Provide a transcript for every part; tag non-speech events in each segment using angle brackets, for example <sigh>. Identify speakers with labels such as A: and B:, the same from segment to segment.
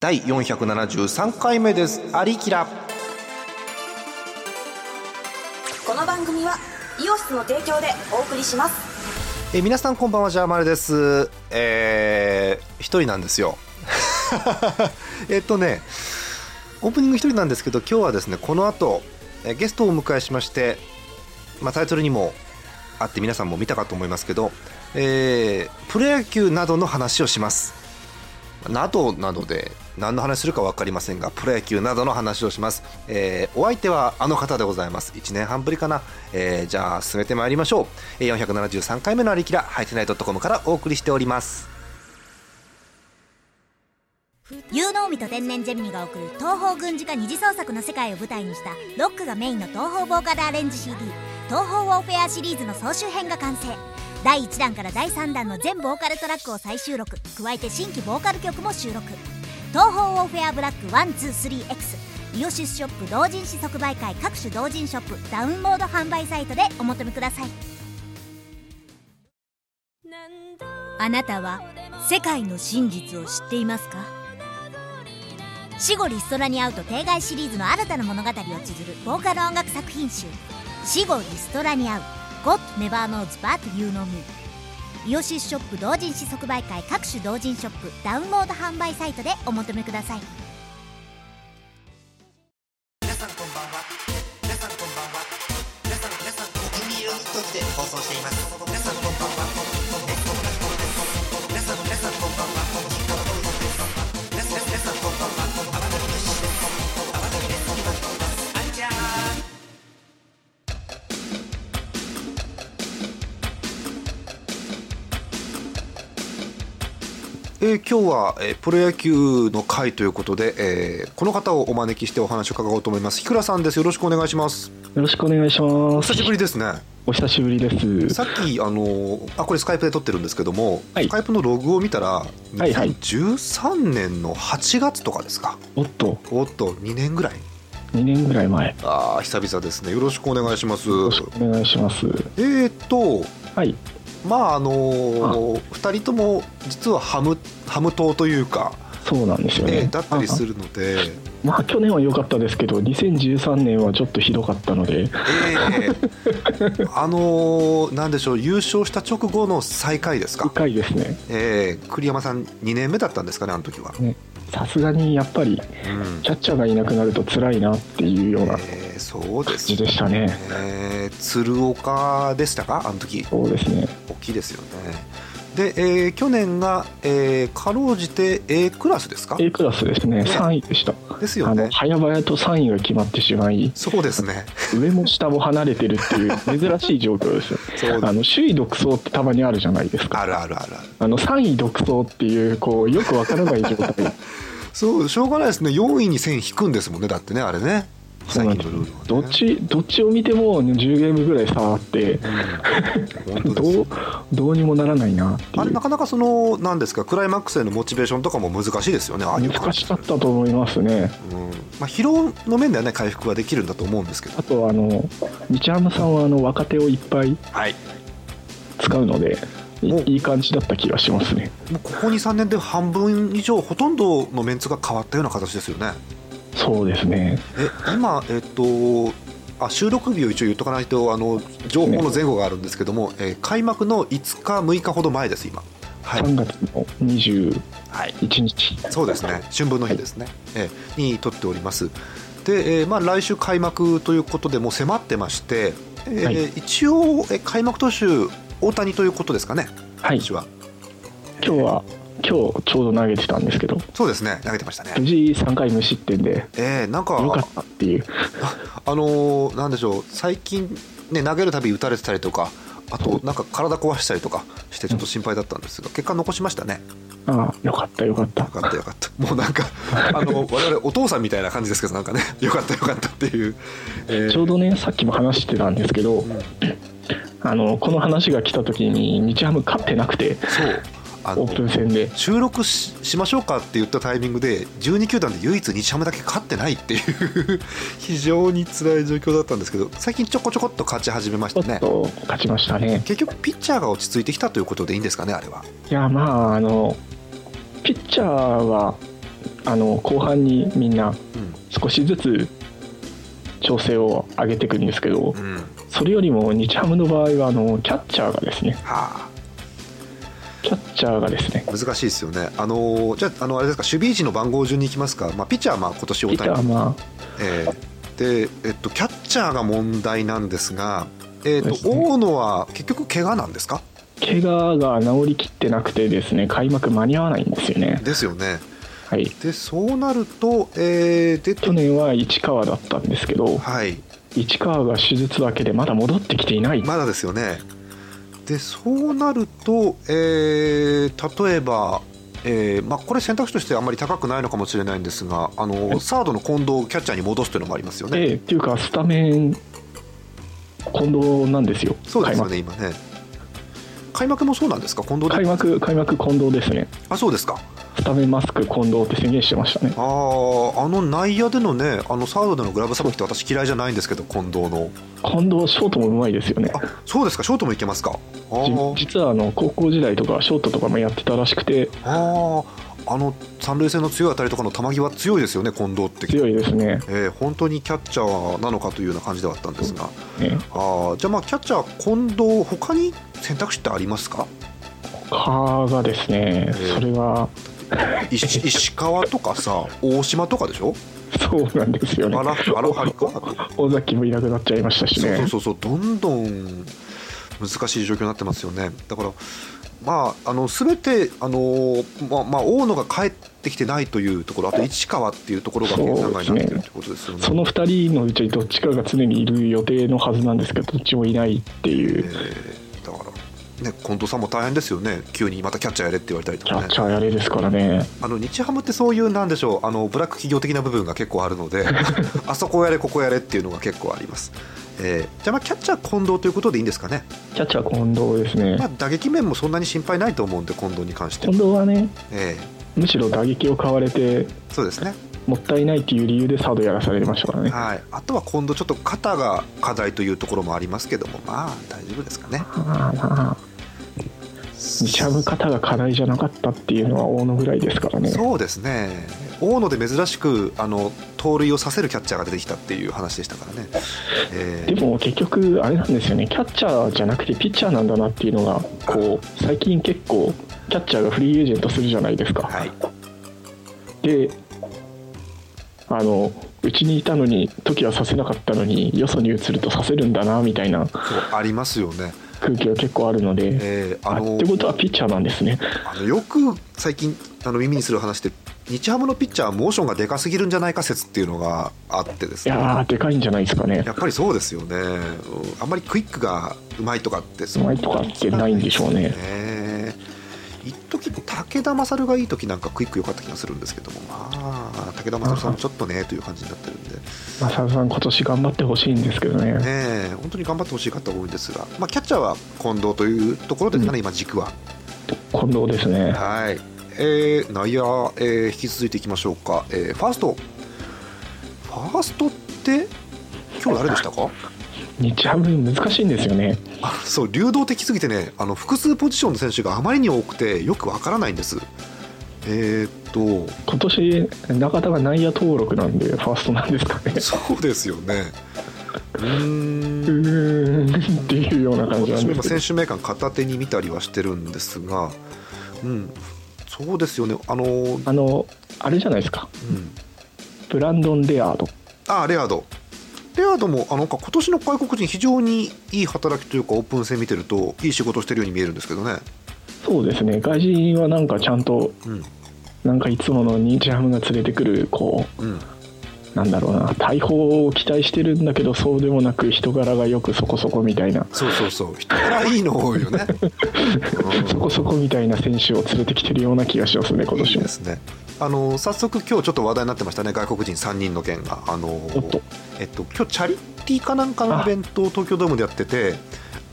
A: 第473回目です「アリキラ
B: この番組はイオシスの提供でお送りします」
A: えー皆さんこんばんはジャーマルですえー、一人なんですよ <laughs> えっとねオープニング一人なんですけど今日はですねこの後えーゲストをお迎えしまして、まあ、タイトルにもあって皆さんも見たかと思いますけど、えープロ野球などの話をしますなどなどで何の話するか分かりませんがプロ野球などの話をします、えーお相手はあの方でございます1年半ぶりかな、えーじゃあ進めてまいりましょうえー473回目のありきらハイテナイドットコムからお送りしております
C: 有能美と天然ジェミニが送る東方軍事化二次創作の世界を舞台にしたロックがメインの東方ボーカルアレンジ CD「東方ウォーフェア」シリーズの総集編が完成第1弾から第3弾の全ボーカルトラックを再収録加えて新規ボーカル曲も収録「東方ウォーフェアブラック 123X」イオシスショップ同人誌即売会各種同人ショップダウンロード販売サイトでお求めくださいあなたは世界の真実を知っていますか死後リストラに会うと定外シリーズの新たな物語を綴るボーカル音楽作品集「死後リストラに会う God Never Knows But You Know Me」イオシスショップ同人誌即売会各種同人ショップダウンロード販売サイトでお求めください
D: 皆さんこんばんは皆さんこんばんは皆さん皆さん国民ユニットにて放送しています皆さんこんばんは皆さん皆さんこんばんは皆さん皆さんこんばんは天海です天海ですあんちゃん
A: えー今日は、えープロ野球の会ということで、えーこの方をお招きしてお話を伺おうと思います日倉さんですよろしくお願いします
E: よろしくお願いしま
A: お
E: す
A: 久。しぶりですね
E: お久しぶりです。
A: さっきあのーあこれスカイプで撮ってるんですけども、
E: はい
A: スカイプのログを見たら
E: いはい
A: 2013年の8月とかですか
E: おっと、
A: おっと2年ぐらい
E: 2年ぐらい前。よ
A: ああ久々ですねよろしくお願いします
E: ろしくお願いします。
A: えー、っと
E: はい。
A: まああのー、2人とも実はハムハム党というか、
E: そうなんですよ
A: え
E: ね。
A: ーだったりするので、
E: あ。まあ去年は良かったですけど、2013年はちょっとひどかったので、
A: ええあのーなんでしょう優勝した直後の最下位ですか、
E: 深いですね。
A: ええ栗山さん2年目だったんですかねあの時は、
E: さすがにやっぱり
A: うん
E: キャッチャーがいなくなると辛いなっていうような感
A: ええそうです
E: じでしたね。
A: ええ鶴岡でしたかあの時
E: そうですね。
A: 大きいですよねで、ええ去年が、ええかろうじて A クラスですか
E: A クラスですね。
A: ね
E: 3位でした。
A: ですよ
E: あ
A: ね
E: の早々と3位が決まってしまい、
A: そうですね
E: 上も下も離れてるっていう珍しい状況ですよ。
A: <laughs> そう
E: あ
A: だ
E: の首位独走ってたまにあるじゃないですか。
A: あるあるあるある
E: あの3位独走っていうこうよくわからない
A: <laughs>
E: 状態
A: そうしょうがないですね4位に線引くんですもんねだってねあれね
E: そう
A: 最
E: なん
A: 近
E: です
A: のルールは、ね、
E: どっちどっちを見ても10ゲームぐらい差あって
A: うん本当です
E: どうどうにもならないなって
A: あ
E: い
A: れ
E: う
A: なかなかその何ですかクライマックスへのモチベーションとかも難しいですよねああいう感
E: 難
A: じ
E: しかったと思いますね
A: うんまあ、疲労の面ではね回復はできるんだと思うんですけど
E: あとあの日ハムさんはあの若手をいっぱい
A: はい
E: 使うのでい
A: お
E: いい感じだった気がしますね
A: もうここ23年で半分以上ほとんどのメンツが変わったような形ですよね
E: そうですね
A: え今えっとあ収録日を一応言っとかないとあの情報の前後があるんですけども、えー開幕の5日6日ほど前です今はい
E: 3月の21
A: はい
E: 日
A: そうですね春分の日ですね、ええに撮っておりますで、えーまあ、来週開幕ということでもう迫ってまして、えー
E: はい
A: 一応えー開幕投手大谷ということですかね
E: はい
A: 私は
E: 今日は今日ちょうど投げてたんですけど
A: そうですね投げてましたね
E: 無事3回無失点で
A: えー、なん
E: よか
A: か
E: ったっていう
A: あのーなんでしょう最近ね投げるたび打たれてたりとかあとなんか体壊したりとかしてちょっと心配だったんですが結果残しましたね
E: ああよかったよかった
A: よかったよかったもうなん
E: <laughs>
A: かあの我々お父さんみたいな感じですけどなんかねよかったよかったっていう、えー
E: ちょうどねさっきも話してたんですけど、あのこの話が来た時に日ハム勝ってなくて
A: そうあ
E: オ
A: の
E: ープン戦で
A: 収録ししましょうかって言ったタイミングで12球団で唯一日ハムだけ勝ってないっていう <laughs> 非常に辛い状況だったんですけど最近ちょこちょこっと勝ち始めまし
E: ちょ
A: た
E: っ
A: ね
E: と勝ちましたね
A: 結局ピッチャーが落ち着いてきたということでいいんですかねあれはい
E: やまああのピッチャーはあの後半にみんな
A: うん
E: 少しずつ調整を上げていくんですけど
A: うんは
E: それよりも日ハムの場合はあのキャッチャーがですね
A: あ
E: キャッチャーがですね
A: 難しいですよねあのーじゃああのあれですか守備位置の番号順に行きますか、まあ、ピッチャーはまあ今年
E: ピ
A: 大
E: ッチャーは
A: 谷、
E: ま
A: えーでえっと、キャッチャーが問題なんですが、えっと
E: ですね
A: 大野は結局怪我なんですか
E: あ怪我が治りきってなくてですね開幕間に合わないんですよね
A: ですよね
E: はい
A: でそうなると、えー、で
E: 去年は市川だったんですけど
A: はい
E: 市川が手術明けでまだ戻ってきていない
A: まだですよね。でそうなると、えー例えば、えーまあ、これ選択肢としてあまり高くないのかもしれないんですがあのサードの近藤をキャッチャーに戻すというのもありますよね。
E: でっていうかスタメン近藤なんですよ
A: そうですよね今ね開幕もそうなんですか近藤で
E: 開幕開幕開幕近藤ですね
A: あそうですか
E: スタメンマスク近藤って宣言してましたね
A: あーあの内野でのねあのサードでのグラブさばきって私嫌いじゃないんですけど近藤の
E: 近藤ショートもうまいですよね
A: あそうですかショートもいけますかあ
E: じ
A: ー
E: 実はあの高校時代とかショートとかもやってたらしくて
A: あーあの三塁線の強い当たりとかの球際強いですよね近藤って
E: 強いですね
A: えー本当にキャッチャーなのかというような感じではあったんですが、
E: ね
A: あーじゃあ、まあ、キャッチャー、近藤、他に選択肢ってありますか、
E: 他がですね
A: ええ
E: それは
A: 石石川とかさ、大島とかでしょ、
E: そうなんですよね
A: 荒荒張か、あ
E: 尾崎もいなくなっちゃいました
A: と
E: し
A: そうそ
E: ね
A: うそうそう、どんどん難しい状況になってますよね、だから、まあ、あの全て、あのーまあまあ、大野が帰ってきてないというところ、あと市川っていうところが計算外になってるってことですよね。
E: その2人のうちどっちかが常にいる予定のはずなんですけどどっちもいないってい
A: え
E: う
A: ーだから、ね、近藤さんも大変ですよね、急にまたキャッチャーやれって言われたりと
E: キ
A: か
E: ャ
A: ね。
E: ッチャーやれですからね
A: あの日ハムってそういうなんでしょうあのブラック企業的な部分が結構あるの
E: <laughs>
A: であそこやれここやれっていうのが結構あります、えーじゃあまあキャッチャー近藤ということでいいんですかね、
E: キャッチャー近藤ですね
A: まあ、打撃面もそんなに心配ないと思うんで近藤に関して
E: 近、藤はね
A: え
E: むしろ打撃を買われて
A: ーそうですね、
E: もったいないっていう理由でサードやらされてましたからね
A: はい、あとは近藤ちょっと肩が課題というところもありますけどもまあ大丈夫ですかね
E: まあまあ日ハム方が課題じゃなかったっていうのは大野ぐらいですからね
A: そうですね大野で珍しくあの盗塁をさせるキャッチャーが出てきたっていう話でしたからね、え
E: で
A: ー
E: も結局あれなんですよねキャッチャーじゃなくてピッチャーなんだなっていうのがこう最近結構キャッチャーがフリーエージェントするじゃないですか、
A: はい
E: であのうちにいたのに時はさせなかったのによそに移るとさせるんだなみたいな
A: そうありますよね、
E: 空気が結構あるので、
A: えー
E: あ
A: あの
E: ってことはピッチャーなんですね
A: あのよく最近あの耳にする話で日ハムのピッチャーはモーションがでかすぎるんじゃないか説っていうのがあってです
E: い
A: ね
E: やーでかいんじゃないですかね
A: やっぱりそうですよね、うんあんまりクイックがうまいとかって
E: う
A: そう
E: まいとかってないんでしょうね
A: ね一時武田勝がいい時なんかクイック良かった気がするんですけどもまあ武田勝さんもちょっとねという感じになってるんでね
E: まあ佐々さん今年頑張ってほしいんですけどね
A: え本当に頑張ってほしい方多いんですが、まあ、キャッチャーは近藤というところですかね、今軸は
E: 近藤ですね
A: はい、えー、内野、えー引き続いていきましょうか、えーファーストファーストって今日誰でしたか
E: 日ハム難しいんですよね
A: あそう流動的すぎてねあの複数ポジションの選手があまりに多くてよくわからないんですえーっ
E: 今年中田が内野登録なんでファーストなんですかね
A: とそうですよねう
E: う
A: ーん
E: ーんっていうような感じな
A: 私
E: ん
A: も
E: で
A: 今
E: すけ
A: 選手名鑑片手に見たりはしてるんですがうんそうですよねあのー、
E: どあのあれじゃないですか
A: うん、
E: ブランドン・レアード
A: あレアードレアードもあのなんか今年の外国人非常にいい働きというかオープン戦見てるといい仕事してるように見えるんですけどね、
E: そうですね外人はなんかちゃんと
A: うん
E: なんかいつもの日ハムが連れてくるこ
A: うん、
E: うなんだろうな大砲を期待してるんだけどそうでもなく人柄がよくそこそこみたいな
A: そうそうそう人柄いいの多いよね、
E: そこそこみたいな選手を連れてきてるような気がしますね今
A: うん、い
E: 年
A: い
E: も
A: ですねあの早速今日ちょっと話題になってましたね外国人3人の件があの
E: おっと
A: えっと今日チャリティーかなんかのイベントを東京ドームでやってて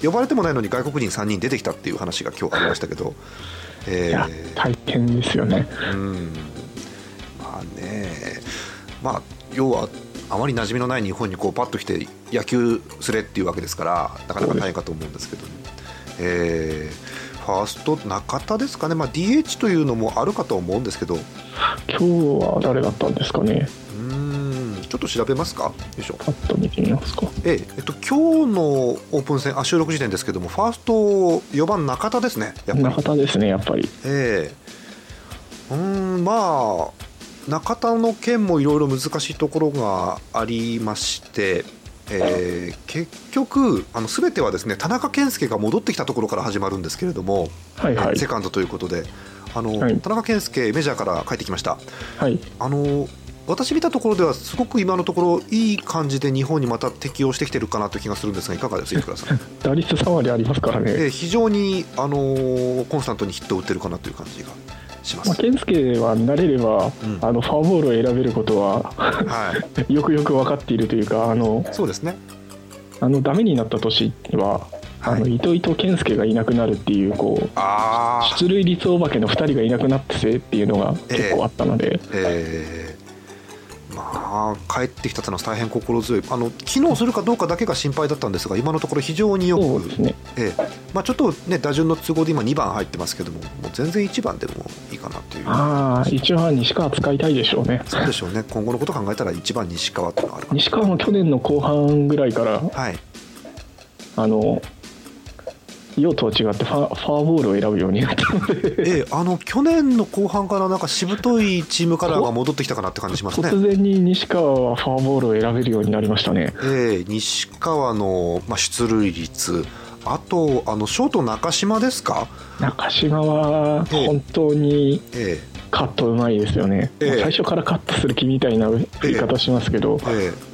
A: 呼ばれてもないのに外国人3人出てきたっていう話が今日ありましたけど、
E: い
A: え
E: や
A: ー
E: 大変ですよね
A: うんまあねまあ要はあまり馴染みのない日本にこうパッと来て野球すれっていうわけですからなかなか大変かと思うんですけど、えーファファースト中田ですかね、まあ、DH というのもあるかとは思うんですけどう
E: 今日は誰だったんですかね
A: ーんちょっと調べますかよいしょ
E: パッと見てみますか
A: えええっと今日のオープン戦あ収録時点ですけどもファースト4番中田ですねやっぱり
E: 中田ですねやっぱり
A: ええうーんまあ中田の件もいろいろ難しいところがありまして、ええ結局あの全てはですね田中健介が戻ってきたところから始まるんですけれども、
E: はいはい
A: セカンドということであの、
E: はい
A: 田中健介メジャーから帰ってきました
E: はい
A: あの私見たところではすごく今のところいい感じで日本にまた適応してきてるかなという気がするんですがいかが
E: <laughs>
A: ですか、飯倉さん
E: 打率3割ありますからね、
A: ええ非常に、あのコンスタントにヒットを打ってるかなという感じがします。
E: まあ、健介は慣れれば、
A: うん
E: あのフォアボールを選べることは <laughs>
A: はい
E: よくよく分かっているというかあの
A: そうですね。
E: あのダメになった年は、
A: はい
E: あの糸井と健介がいなくなるっていうこう
A: ああ、
E: 出塁率お化けの2人がいなくなってせいっていうのが結構あったので、
A: えーまあ帰ってきたというのは大変心強い。あの機能するかどうかだけが心配だったんですが、今のところ非常によく、
E: そうですね
A: ええまあちょっとね打順の都合で今2番入ってますけども、もう全然1番でもいいかなという。
E: ああ一応西川使いたいでしょうね
A: そうでしょうね。今後のことを考えたら1番西川っていうのはあるかな。
E: 西川も去年の後半ぐらいから
A: はい。
E: あの用途は違ってファフォアボールを選ぶようになったので
A: ええあの去年の後半からなんかしぶといチームカラーが戻ってきたかなって感じしますね。
E: 突然に西川はフォアボールを選べるようになりましたね
A: えー西川の、まあ、出塁率あとあのショート中島ですか、
E: 中島は
A: ええ
E: 本当に
A: え
E: カットうまいですよね、
A: ええ
E: 最初からカットする気みたいな振り方しますけど、
A: ーえー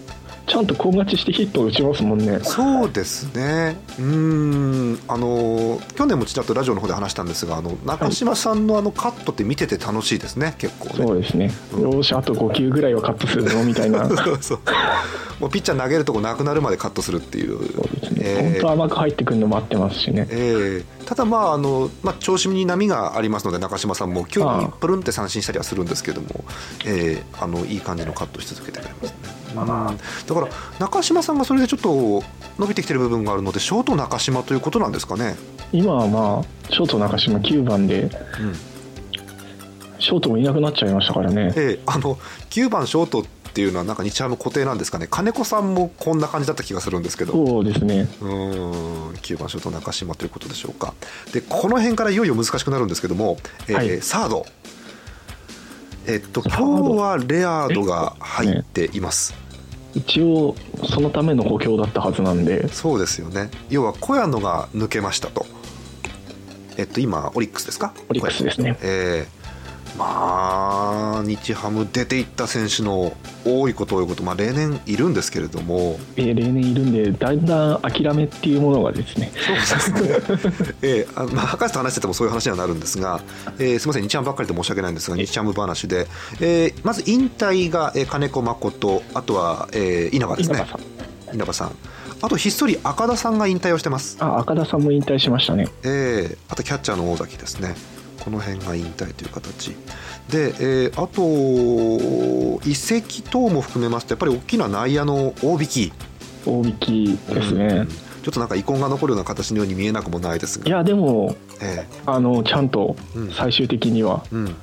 E: ちゃんと高勝ちしてヒットを打ちますもんね
A: そうですねうーんあのー去年もちらっとラジオの方で話したんですがあの中島さんのあのカットって見てて楽しいですね結構ね
E: そうですね、よーしあと5球ぐらいはカットするのみた
A: <laughs>
E: いな
A: そうそうもうピッチャー投げるとこなくなるまでカットするっていう
E: そうですね、
A: えー
E: 本当甘く入ってくるのもあってますしね、
A: えーただまああの、まあ、調子に波がありますので中島さんも急
E: あ
A: に
E: あ
A: プルンって三振したりはするんですけども、えーあのいい感じのカットし続けてくれますね、うんだから中島さんがそれでちょっと伸びてきてる部分があるのでショート中島ということなんですかね、
E: 今はまあショート中島9番で
A: うん
E: ショートもいなくなっちゃいましたからね
A: えーあの9番ショートっていうのはなんか日ハム固定なんですかね金子さんもこんな感じだった気がするんですけど
E: そうですね
A: うーん9番ショート中島ということでしょうかでこの辺からいよいよ難しくなるんですけども、えー
E: はい
A: サードえっと
E: サード
A: 今日はレアードが入っています、
E: 一応そのための補強だったはずなんで
A: そうですよね要は小屋野が抜けましたとえっと今オリックスですか
E: オリックスですね
A: えーまあ日ハム出ていった選手の多いこと多いこと、まあ、例年いるんですけれども、
E: えー例年いるんでだんだん諦めっていうものがですね
A: そうですね。ええあのまあ、博士と話しててもそういう話にはなるんですが、えーすみません、日ハムばっかりで申し訳ないんですが、日ハム話で、えーまず引退が、えー金子誠、あとは、えー稲葉です
E: 稲
A: ね
E: 葉。さん
A: 稲葉さん。あとひっそり赤田さんが引退をしてます。
E: あ赤田さんも引退しましたね
A: えーあとキャッチャーの大崎ですね。この辺が引退という形で、えーあと移籍等も含めますとやっぱり大きな内野の大引き、
E: 大引きですね、
A: うんちょっとなんか遺恨が残るような形のように見えなくもないですが
E: いやでも
A: え
E: あのちゃんと
A: うん
E: 最終的には、
A: えうん、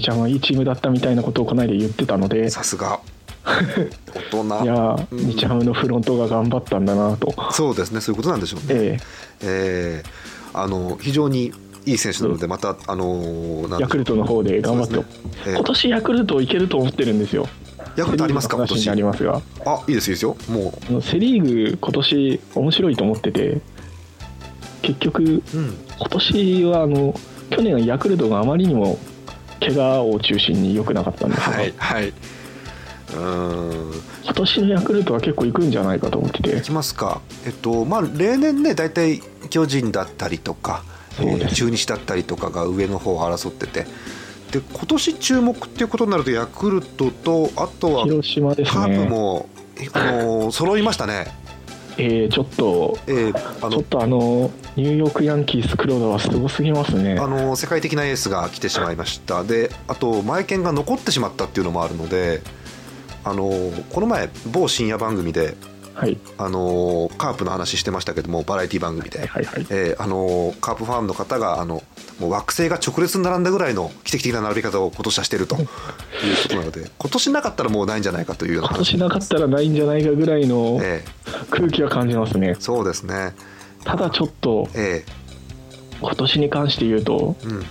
E: ちゃんはいいチームだったみたいなことをこの間言ってたので
A: さすが大人
E: いやー、
A: うん
E: 日ハムのフロントが頑張ったんだなと、
A: そうですねそういうことなんでしょうね、
E: え
A: えーあの非常にいい選手なのでまた、あのーなんでしょう
E: ーヤクルトの方で頑張って、
A: そうですねええ
E: 今年ヤクルトいけると思ってるんですよ。
A: ヤクルトありますか今
E: セリ
A: 年
E: ーグの話になりますが
A: あいいですよいいですよも
E: あのセ・リーグ今年面白いと思ってて結局
A: う、うん、
E: 今年はあの去年はヤクルトがあまりにも怪我を中心に良くなかったんですが、
A: はいはいうーん
E: 今年のヤクルトは結構いくんじゃないかと思ってて
A: いきますかえっとまあ例年ね大体巨人だったりとか、え
E: そうです
A: ー中日だったりとかが上の方を争っててで今年注目っていうことになるとヤクルトとあとは
E: 広島です
A: カープ
E: ね、
A: も、あのー揃いましたね、
E: えーちょっと
A: えーあ
E: ちょ
A: の
E: っとあのニューヨークヤンキース黒田はすごすぎますね
A: あのー世界的なエースが来てしまいましたであと前剣が残ってしまったっていうのもあるので、あのーこの前某深夜番組で、
E: はい
A: あのーカープの話してましたけどもバラエティ番組で、
E: はいはい
A: えーあのーカープファンの方があのもう惑星が直列に並んだぐらいの奇跡的な並び方を今年はしてるということなので今年なかったらもうないんじゃないかというような
E: 今
A: 話、
E: 年なかったらないんじゃないかぐらいの
A: え
E: 空気は感じますね
A: ーそうですね、
E: ただちょっと
A: え
E: 今年に関して言うと
A: ーうん、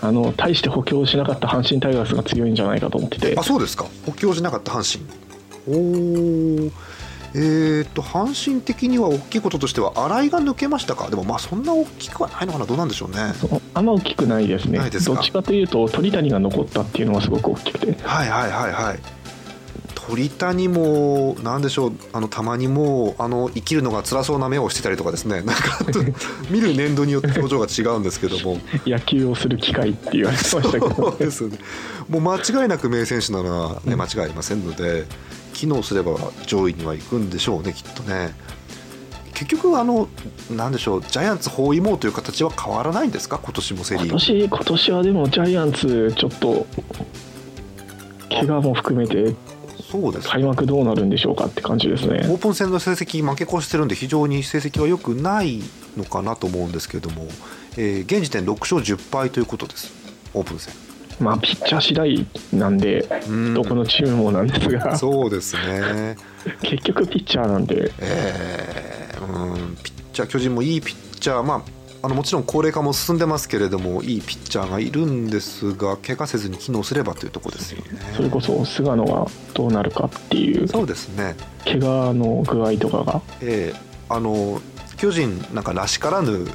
E: あの大して補強しなかった阪神タイガースが強いんじゃないかと思ってて
A: あそうですか補強しなかった阪神おーえー、と阪神的には大きいこととしては新井が抜けましたかでもまあそんな大きくはないのかなどうなんでしょうね
E: あんま大きくないですね
A: ないですか
E: どっちかというと鳥谷が残ったっていうのがすごく大きくて
A: はいはいはいはい鳥谷もなんでしょうあのたまにもうあの生きるのが辛そうな目をしてたりとかですねなんか
E: <laughs>
A: 見る年度によって表情が違うんですけども
E: 野球をする機会って言われてましたけ
A: そ
E: ど
A: うですよねもう間違いなく名選手なのは、ね、間違いありませんので機能すれば上位には行くんでしょうねきっとね結局あのなんでしょうジャイアンツ包囲網という形は変わらないんですか今年もセ・リーグ
E: 今年今年はでもジャイアンツちょっと怪我も含めて
A: そうですね
E: 開幕どうなるんでしょうかって感じです
A: オ
E: ね
A: ープン戦の成績負け越してるんで非常に成績は良くないのかなと思うんですけれども、えー現時点6勝10敗ということですオープン戦
E: まあピッチャー次第なんで
A: ん
E: どこのチームもなんですが
A: そうですね、
E: 結局ピッチャーなんで
A: えーうんピッチャー巨人もいいピッチャーまああのもちろん高齢化も進んでますけれどもいいピッチャーがいるんですが怪我せずに機能すればというところですよ
E: それ
A: ね
E: こそ菅野がどうなるかっていう
A: そうですね
E: 怪我の具合とかが
A: ええあの巨人なんからしからぬ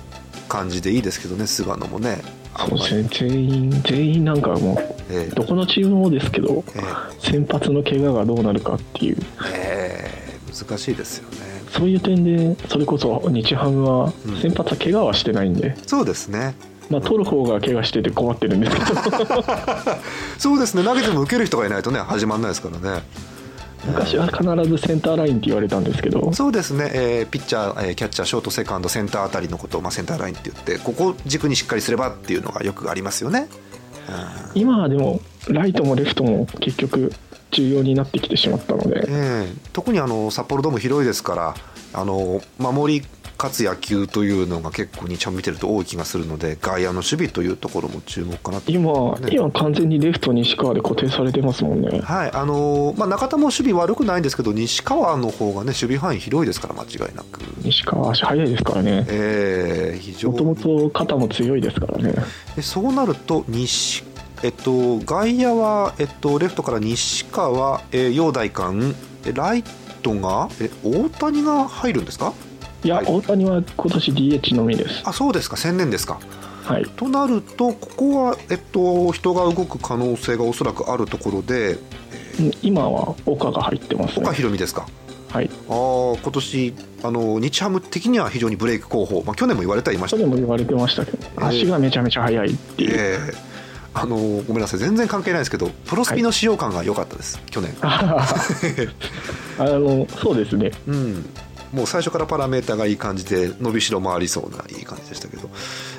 A: 感じでいいですけどね菅野もねあん
E: そう
A: まり
E: ですね全員全員なんかもう
A: ええ
E: どこのチームもですけど
A: え
E: 先発の怪我がどうなるかっていう
A: えー難しいですよね。
E: そういう点でそれこそ日ハムは
A: うん
E: 先発は怪我はしてないんで、
A: そうですね。
E: まあ、取る方が怪我してて困ってるんですけど
A: <laughs> そうですね。投げても受ける人がいないとね、始まらないですからね。
E: 昔は必ずセンターラインって言われたんですけど
A: そうですね。えーピッチャー、えーキャッチャー、ショート、セカンド、センターあたりのことをまあセンターラインって言って、ここを軸にしっかりすればっていうのがよくありますよね。うん
E: 今はでもライトもレフトも結局重要になってきてしまったので
A: ええ特にあの札幌ドーム広いですから、あの守り勝つ野球というのが結構日ハム見てると多い気がするので、外野の守備というところも注目かなと。
E: 今
A: ね
E: 今完全にレフト西川で固定されてますもんね
A: はいあのーまあ、中田も守備悪くないんですけど西川の方がね守備範囲広いですから間違いなく、
E: 西川足速いですからね
A: えー非常
E: もとも
A: に
E: と肩も強いですからね
A: でそうなると西、えっと、外野は、えっと、レフトから西川、えー、陽大館えライトがえ大谷が入るんですか
E: いや、
A: はい
E: 大谷は今年 DH のみです
A: あそうですか専念ですか
E: はい
A: となるとここは、えっと、人が動く可能性がおそらくあるところで
E: うん今は岡が入ってますね
A: 岡ひろみですか
E: はい
A: あー今年あの日ハム的には非常にブレイク候補、まあ、去年も言われてはいました
E: それも言われてましたけど、
A: ー
E: 足がめちゃめちゃ速いって <laughs> いう、
A: ええあのーごめんなさい全然関係ないですけどプロスピの使用感が良かったです、去年
E: あのそうですね
A: うんもう最初からパラメータがいい感じで伸びしろもありそうないい感じでしたけど、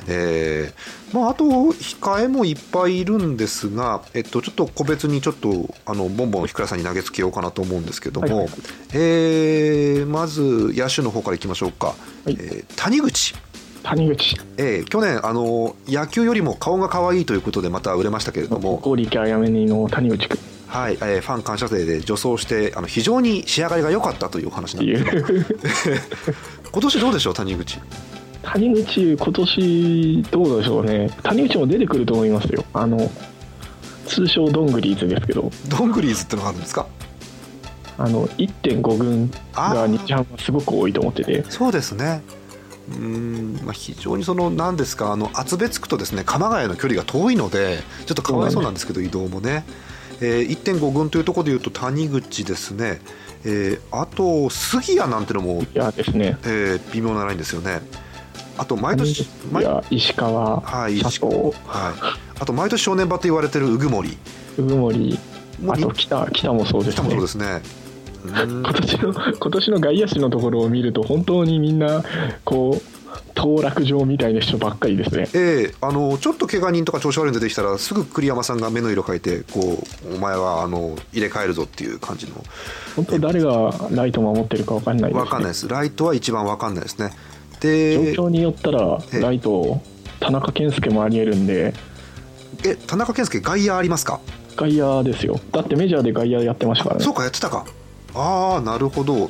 A: ええまあ、あと控えもいっぱいいるんですが、えっと、ちょっと個別にちょっとあのボンボンひくらさんに投げつけようかなと思うんですけども、
E: はいはい
A: ええまず野手の方からいきましょうか、
E: い
A: ええ谷口
E: 谷口
A: ええ去年あの野球よりも顔が可愛いということでまた売れましたけれども
E: 剛力あやめにの谷口君
A: はい、えーファン感謝デーで助走してあの非常に仕上がりが良かったというお話な
E: って
A: んで
E: い
A: す
E: う <laughs>
A: 今年どうでしょう谷口
E: 谷口今年どうでしょうね谷口も出てくると思いますよあの通称ドングリーズですけど
A: ドングリーズってのがあるんですか
E: あの1.5軍
A: あ
E: が
A: ー
E: 日ハムはすごく多いと思ってて
A: そうですねうーん、まあ、非常にその何ですかあの厚別区とですね鎌ヶ谷の距離が遠いのでちょっとかわいそうなんですけど移動もね、えー1.5軍というところでいうと谷口ですね、えーあと杉谷なんてのも、
E: いやですね
A: えー微妙なラインですよねあと毎
E: 谷
A: 年
E: 口
A: 毎
E: や石川
A: はい
E: 佐藤
A: はい、あと毎年少年場と言われてる鵜久森
E: 鵜久森
A: もう
E: あと北北もそうで
A: 北
E: す
A: もそ
E: ね
A: うですね。うーん
E: 今年の今年の外野手のところを見ると本当にみんなこう通当落場みたいな人ばっかりですね
A: ええあのちょっと怪我人とか調子悪いの出てきたらすぐ栗山さんが目の色変えてこうお前はあの入れ替えるぞっていう感じの
E: 本当誰がライト守ってるか分かんないです、ね、
A: わかんないですライトは一番わかんないですねで
E: 状況によったら
A: ええ
E: ライト田中健介もありえるんで
A: え田中健介外野ありますか
E: 外野ですよだってメジャーで外野やってましたからね
A: そうかやってたかああなるほど
E: <laughs>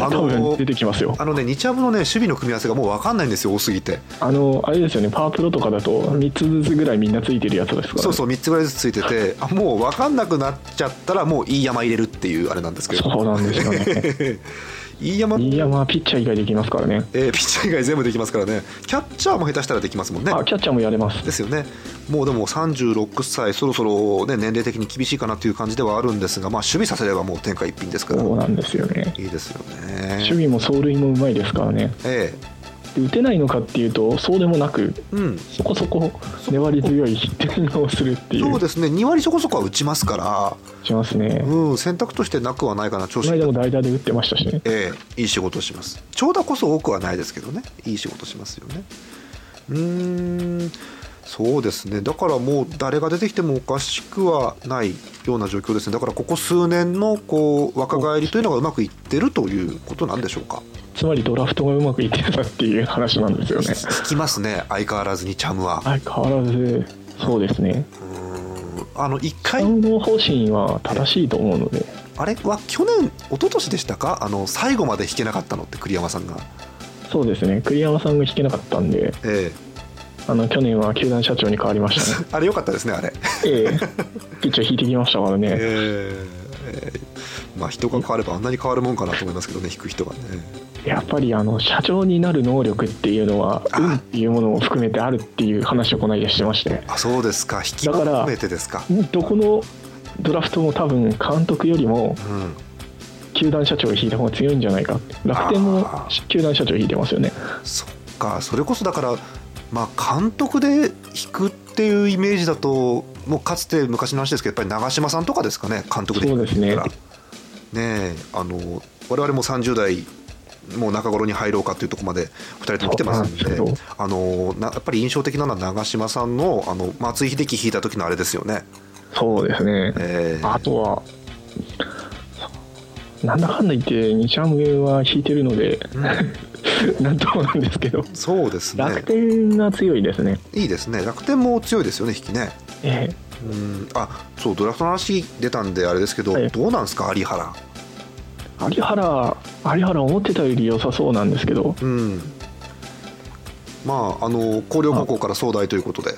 A: あ
E: 多分
A: の
E: 出てきますよ
A: あのね日ハムのね守備の組み合わせがもうわかんないんですよ多すぎて
E: あのあれですよねパワープロとかだと3つずつぐらいみんなついてるやつですからね、
A: そうそう3つぐらいずつついててあもう分かんなくなっちゃったらもういい山入れるっていうあれなんですけど
E: そうなんですよね
A: <laughs> いい山
E: 新山はピッチャー以外できますからね
A: えーピッチャー以外全部できますからねキャッチャーも下手したらできますもんね
E: あキャッチャーもやれます
A: ですよねもうでも36歳そろそろ、ね、年齢的に厳しいかなという感じではあるんですが、まあ、守備させればもう天下一品ですから
E: そうなんですよね
A: いいですよ
E: 守
A: ね。
E: 備も走塁もうまいですからね
A: え
E: で打てないのかっていうとそうでもなく
A: えうん
E: そこそこ粘り強いヒッテをするっていう
A: そうですね2割そこそこは打ちますか
E: しますね
A: ら、うん、選択としてなくはないかな調
E: こ
A: 子
E: の間も代打で打ってましたしね
A: ええいい仕事をします長打こそ多くはないですけどねいい仕事しますよねうーんそうですねだからもう誰が出てきてもおかしくはないような状況ですねだからここ数年のこう若返りというのがうまくいってるということなんでしょうか
E: つまりドラフトがうまくいってたっていう話なんですよね
A: 聞きますね相変わらずにチャムは
E: 相変わらずそうですね
A: うーんあの1回
E: 運動方針は正しいと思うので
A: あれは去年一昨年でしたかあの最後まで弾けなかったのって栗山さんが
E: そうですね栗山さんが引けなかったんで
A: え
E: あの去年は球団社長に変わりました <laughs> ね
A: えあれ良かったですねあれ
E: ええピッチャー引いてきましたからね
A: ええまあ人が変わればあんなに変わるもんかなと思いますけどね引く人がね
E: やっぱりあの社長になる能力っていうのは
A: あ
E: 運っていうものも含めてあるっていう話をこの間してまして
A: あそうですか引き
E: だから
A: 込めてですか
E: どこのドラフトも多分監督よりも
A: うん
E: 球団社長を引いた方が強いんじゃないか楽天も
A: あ
E: 球団社長引いてますよね
A: そっかそれこそだからまあ監督で引くっていうイメージだともうかつて昔の話ですけどやっぱり長嶋さんとかですかね監督で引くって言ったら
E: そう
A: ねえあの我々も30代もう中頃に入ろうかっていうところまで2人とも来てますん
E: そう
A: で
E: なんです
A: あのなやっぱり印象的なのは長嶋さんのあの松井秀喜引いた時のあれですよね。
E: そうですね
A: ええ
E: あとはなんだかんだ言って日ハムは引いてるので <laughs> なんともなんですけど
A: そうですね
E: 楽天が強いですね
A: いいですね楽天も強いですよね引きね
E: え
A: うんあそうドラフトの話出たんであれですけど、
E: はい
A: どうなんですか有原
E: え有原有原思ってたより良さそうなんですけど
A: うんまああの広陵高校から総大ということで、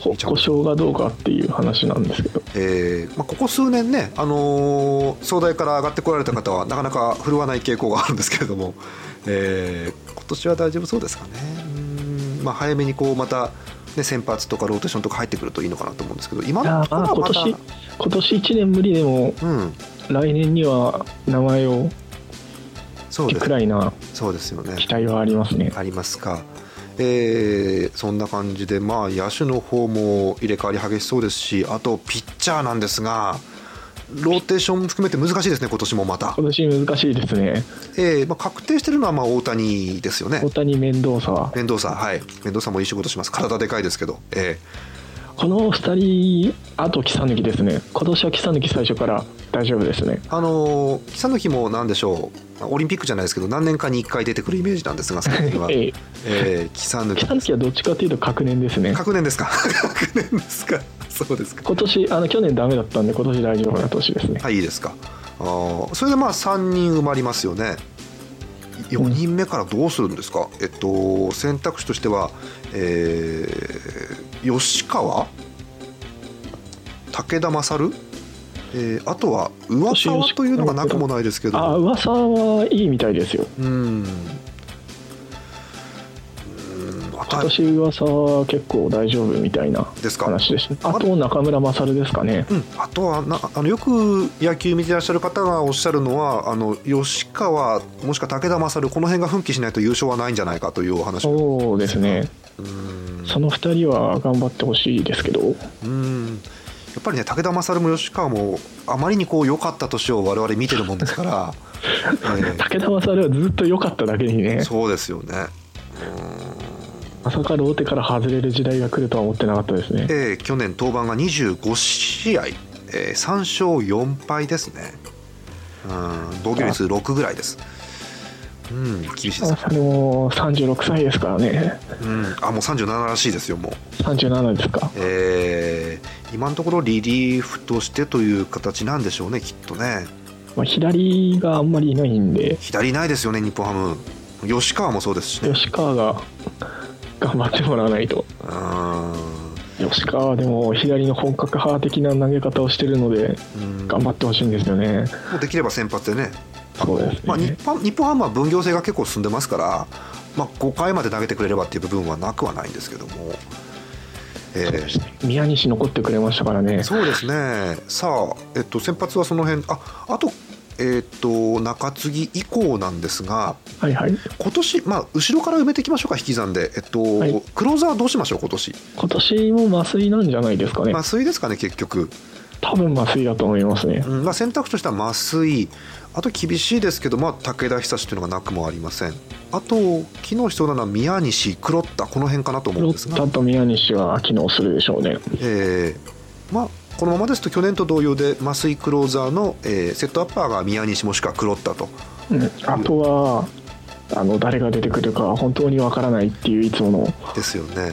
E: ほ故障がどうかっていう話なんですけど
A: えーまあ、ここ数年ね、あのー、総大から上がってこられた方はなかなか振るわない傾向があるんですけれども、えー今年は大丈夫そうですかね、うんまあ、早めにこうまた、ね、先発とかローテーションとか入ってくるといいのかなと思うんですけど今
E: いや
A: の
E: ー
A: ところ
E: まあ
A: はま
E: 今
A: だ
E: 年今年1年無理でも
A: うん、
E: 来年には名前を
A: そうです
E: くらいな
A: そうですよね
E: 期待はありますね
A: ありますか、えーそんな感じで、まあ、野手の方も入れ替わり激しそうですしあとピッチャーなんですがローテーションも含めて難しいですね、今年もまた。
E: 今年難しいですね
A: えーまあ、確定してるのはまあ大谷ですよね
E: 大。谷面倒さ
A: 面倒さん、はい、面倒さんもいい仕事します、体でかいですけど、え
E: この2人あと木抜きですね今年は木抜き最初から大丈夫ですね
A: ーあのー、久野木もなんでしょう、オリンピックじゃないですけど、何年かに1回出てくるイメージなんですが、最近は、
E: ええ
A: えー、久野
E: 木 <laughs>
A: 木、
E: 抜きはどっちかというと確年ですね
A: 確年ですか、 <laughs> 確年ですか、そうですか。
E: 今年あの去年ダメだったんで今年大丈夫な年ですね
A: はい、いいですか。あーそれでまあ3人埋まりますよね。4人目からどうするんですか、えっと、選択肢としては、えー吉川、武田勝、えーあとは上沢というのがなくもないですけ
E: あ
A: ど、
E: 噂はいいみたいですよ
A: うん、うんあ
E: 今
A: と
E: 年噂は結構大丈夫みたいな
A: ですか
E: 話ですねあと中村勝ですかね
A: うん、あとはなあのよく野球見てらっしゃる方がおっしゃるのはあの吉川もしくは武田勝この辺が奮起しないと優勝はないんじゃないかというお話う
E: そうですね
A: ん
E: その2人は頑張ってほしいですけど
A: うんやっぱりね武田勝も吉川もあまりにこう良かった年を我々見てるもんです <laughs> から、え
E: 武田勝はずっと良かっただけに
A: え
E: ね
A: そうですよね
E: まさかローテから外れる時代が来るとは思ってなかったですね
A: えー去年登板が25試合、えー3勝4敗ですねうん防御率6ぐらいですうん厳しいです
E: それも36歳ですからね
A: うんあもう37らしいですよもう
E: 37ですか
A: えー今のところリリーフとしてという形なんでしょうねきっとね
E: まあ、左があんまりいないんで
A: 左いないですよね日本ハム吉川もそうですしね
E: 吉川が頑張ってもらわないと
A: うーん
E: 吉川はでも左の本格派的な投げ方をしてるので
A: うん
E: 頑張ってほしいんですよね
A: もうできれば先発でね
E: そうです
A: まあ、日
E: ね、
A: 本日本ハムは分業制が結構進んでますから、まあ、5回まで投げてくれればっていう部分はなくはないんですけども、えー
E: そうですね宮西残ってくれましたからね
A: そうですねさあ、えっと、先発はその辺ああと、えっと中継ぎ以降なんですが
E: はいはい
A: 今年、まあ、後ろから埋めていきましょうか引き算で、えっと
E: はい
A: クローザーはどうしましょう今年
E: 今年も麻酔なんじゃないですかね
A: 麻酔ですかね結局、
E: 多分麻酔だと思いますね
A: うんまあ、選択肢としては麻酔あと厳しいですけど、まあ、武田久志というのがなくもありませんあと機能しそうなのは宮西黒田この辺かなと思う
E: ロ
A: んです
E: ッ
A: が
E: タと宮西は機能するでしょうね
A: えーまあこのままですと去年と同様で麻酔クローザーの、えーセットアッパーが宮西もしくは黒田と
E: うんあとはあの誰が出てくるか本当にわからないっていういつもの
A: ですよね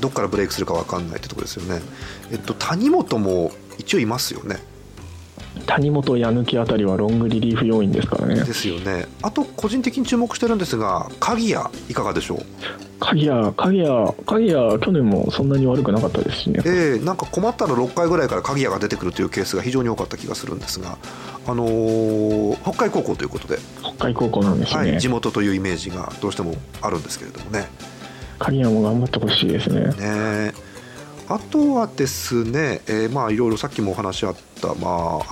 A: どっからブレイクするか分かんないってとこですよねえっと谷本も一応いますよね
E: 谷本矢抜あたりはロングリリーフ要員ですからね
A: ですよねあと個人的に注目してるんですが鍵谷いかがでしょう
E: 鍵谷鍵谷鍵谷去年もそんなに悪くなかったですしね
A: えーなんか困ったの6回ぐらいから鍵谷が出てくるというケースが非常に多かった気がするんですが、あのー北海高校ということで、
E: 北海高校なんですよ
A: は
E: ね、
A: い、地元というイメージがどうしてもあるんですけれどもね。
E: 鍵谷も頑張ってほしいですね
A: ねあとはですね、えーまあいろいろさっきもお話あった、まあ、あ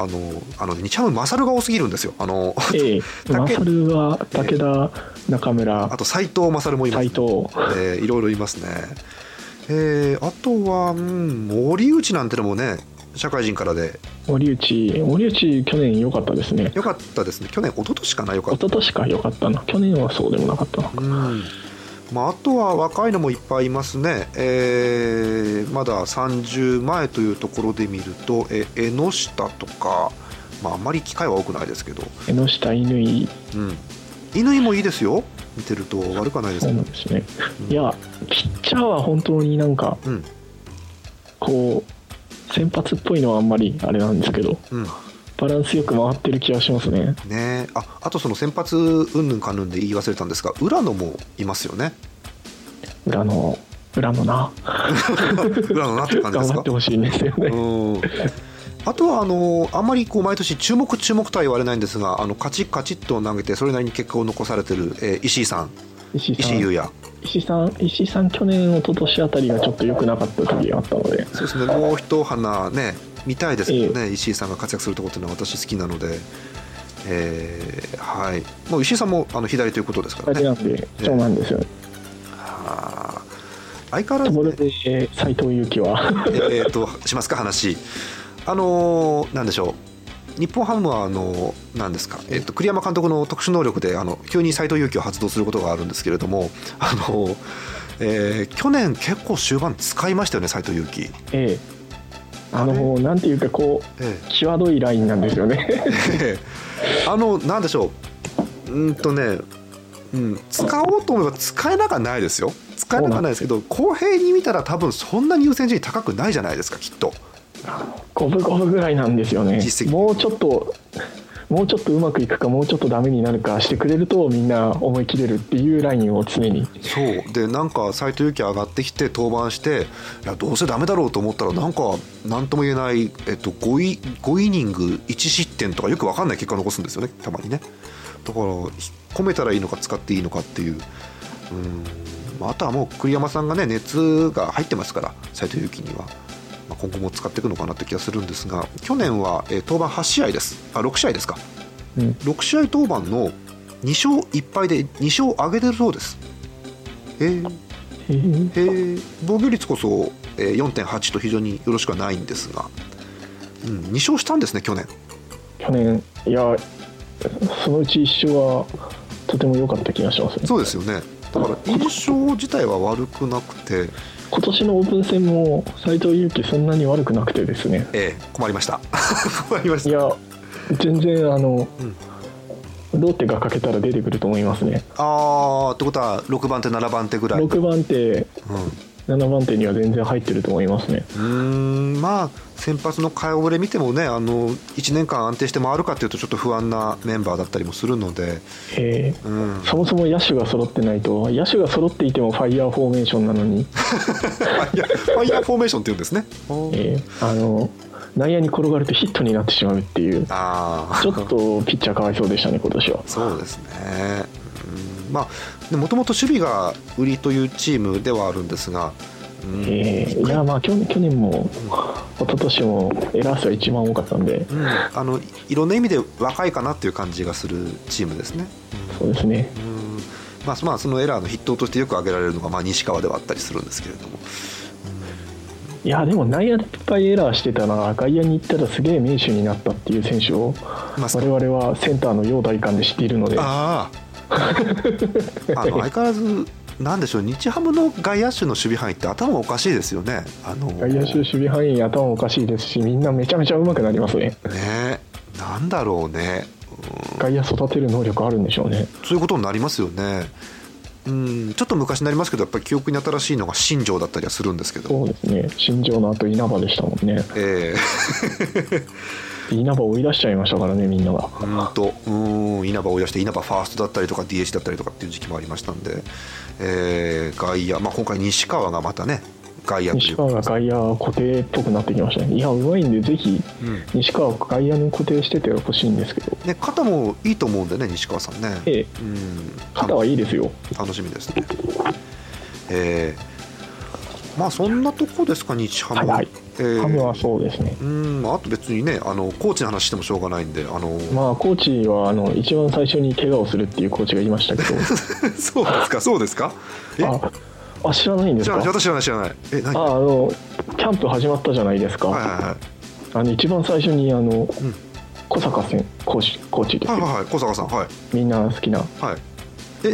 A: のあの日ハム勝が多すぎるんですよあの
E: ええ
A: だ
E: マ
A: け
E: サルは武田中
A: あ
E: 村
A: と斎藤勝もいます
E: 斎、藤
A: えーいろいろいますね、えーあとは、うん、森内なんてのもね社会人からで
E: 森内森内去年良かったですね
A: よかったですね去年一昨年かなよか
E: 一
A: った
E: 昨年か良かったな去年はそうでもなかったな
A: うんまあ、あとは若いのもいっぱいいますね、えーまだ30前というところで見ると、えー江ノ下とか、まあ、あんまり機会は多くないですけど、
E: 江ノ下乾
A: うん、乾もいいですよ見てると悪くはないです
E: そうな
A: ね
E: んですねいやピッチャーは本当になんか
A: うん
E: こう先発っぽいのはあんまりあれなんですけど
A: うん
E: バランスよく回ってる気がしますね
A: ねえああとその先発うんぬんかんぬんで言い忘れたんですが浦野もいますよね
E: 裏の裏のな
A: 浦野なって感じで
E: 頑
A: す
E: 張
A: か
E: ってほしいんですよね
A: うんあとはあのあんまりこう毎年注目注目とは言われないんですがあのカチッカチッと投げてそれなりに結果を残されてる、えー石井さん
E: 石井さ
A: 石井
E: ん
A: 優也
E: 石井さん石井さん去年一昨年あたりがちょっと良くなかった時があったので
A: そうですねもう一花ね見たいですけどね、石井さんが活躍するところっていうのは私好きなので、えーはいもう石井さんもあの左ということですから
E: あれ
A: ね
E: なんでそうなんですよね
A: あー相変わら
E: と
A: ず
E: ころ
A: ね、
E: でえー斎藤佑
A: <laughs>
E: 樹は
A: えーえーとしますか話あのーなんでしょう日本ハムはあのーなんですか、えー、と栗山監督の特殊能力であの急に斎藤佑樹を発動することがあるんですけれども、 <laughs> あのーえー去年結構終盤使いましたよね斎藤佑樹、
E: ええあのなんていうかこう
A: え
E: 際どいラインなんですよね
A: えあのなんでしょううーんとね、うん、使おうと思えば使えなくはないですよ使えなくはないですけど公平に見たら多分そんなに優先順位高くないじゃないですかきっと。
E: 五分五分ぐらいなんですよね
A: 実績
E: もうちょっともうちょっとうまくいくかもうちょっとダメになるかしてくれるとみんな思い切れるっていうラインを常に
A: そうでなんか斎藤佑樹上がってきて登板していやどうせダメだろうと思ったらなんか何とも言えない、えっと、5, イ5イニング1失点とかよく分かんない結果残すんですよねたまにねだからひ込めたらいいのか使っていいのかっていううーんまああとはもう栗山さんがね熱が入ってますから斎藤佑樹には、まあ、今後も使っていくのかなって気がするんですが去年は、えー登板8試合ですあ6試合ですか、
E: うん
A: 6試合登板の2勝1敗で2勝上げてるそうですえー
E: えー
A: えー防御率こそえー4.8と非常によろしくはないんですが、うん、2勝したんですね去年
E: 去年いやそのうち一勝はとても良かった気がしますね
A: そうですよねだから印象自体は悪くなくて、
E: 今年のオープン戦も斎藤佑樹そんなに悪くなくてですね
A: ええ、困りました <laughs> 困りま
E: い
A: した
E: や全然あの、
A: うん
E: ローテがかけたら出てくると思いますね
A: ああってことは6番手7番手ぐらい
E: 6番手
A: うんう
E: 7番手には全然入ってると思いますね
A: ーんまあ先発の顔ぶれ見てもねあの1年間安定して回るかっていうとちょっと不安なメンバーだったりもするので
E: えー
A: うん <laughs>
E: そもそも野手が揃ってないと野手が揃っていてもファイヤーフォーメーションなの
A: い
E: に、
A: やファイヤーフォーメーションって言うんですね
E: えーあの内野に転がるとヒットになってしまうっていう
A: ああ
E: ちょっとピッチャーかわいそうでしたね今年は
A: そうですね、うんまあ、もともと守備が売りというチームではあるんですが、うん
E: えーいやまあ去年去年も一昨年もエラー数は一番多かったんで
A: うんあのいいろんな意味で若いかなっていう感じがするチームですね。
E: そうですね
A: うんまあそまあ、そのエラーの筆頭としてよく挙げられるのが、まあ、西川ではあったりするんですけれども、
E: いやでも内野でいっぱいエラーしてたら外野に行ったらすげえ名手になったっていう選手を
A: まあそ
E: 我々はセンターの要大官で知っているので
A: <laughs> あああの相変わらず、なんでしょう、日ハムの外野手の守備範囲って頭おかしいですよね、あの
E: 外野手守備範囲頭おかしいですしみんなめちゃめちゃ上手くなりますね
A: ね、なんだろうね、
E: 外野育てる能力あるんでしょうね
A: そういうことになりますよね。うん、ちょっと昔になりますけどやっぱり記憶に新しいのが新庄だったりはするんですけど、
E: そうですね新庄の後稲葉でしたもんね <laughs>
A: え
E: 稲葉を追い出しちゃいましたからねみんなが
A: えうんとうん稲葉を追い出して稲葉ファーストだったりとか DH だったりとかっていう時期もありましたんで、ええ外野、まあ、今回西川がまたね外野とい
E: 西
A: う、
E: 川が外野固定っぽくなってきましたねいや上手いんでぜひ
A: うん
E: 西川を外野に固定しててほしいんですけど
A: ね、肩もいいと思うんでね西川さんね、
E: ええ
A: うん
E: 肩はいいですよ
A: 楽しみですね。ええまあそんなとこですか日ハム、
E: はいはい
A: ええ
E: ハムはそうですね
A: うんあと別にねあのコーチの話してもしょうがないんであの、
E: まあコーチはあの一番最初に怪我をするっていうコーチがいましたけ
A: そうですかそうですか <laughs> え
E: どああ知らないんです
A: じゃあ
E: か
A: 私知らない知らないえ何
E: ああのキャンプ始まったじゃないですか、
A: はいは
E: あの一番最初にあの、
A: ん
E: 小坂先コーチコーチで
A: い
E: す
A: はいはい
E: よ、
A: はいはい小坂さんはい
E: みんな好きな
A: はい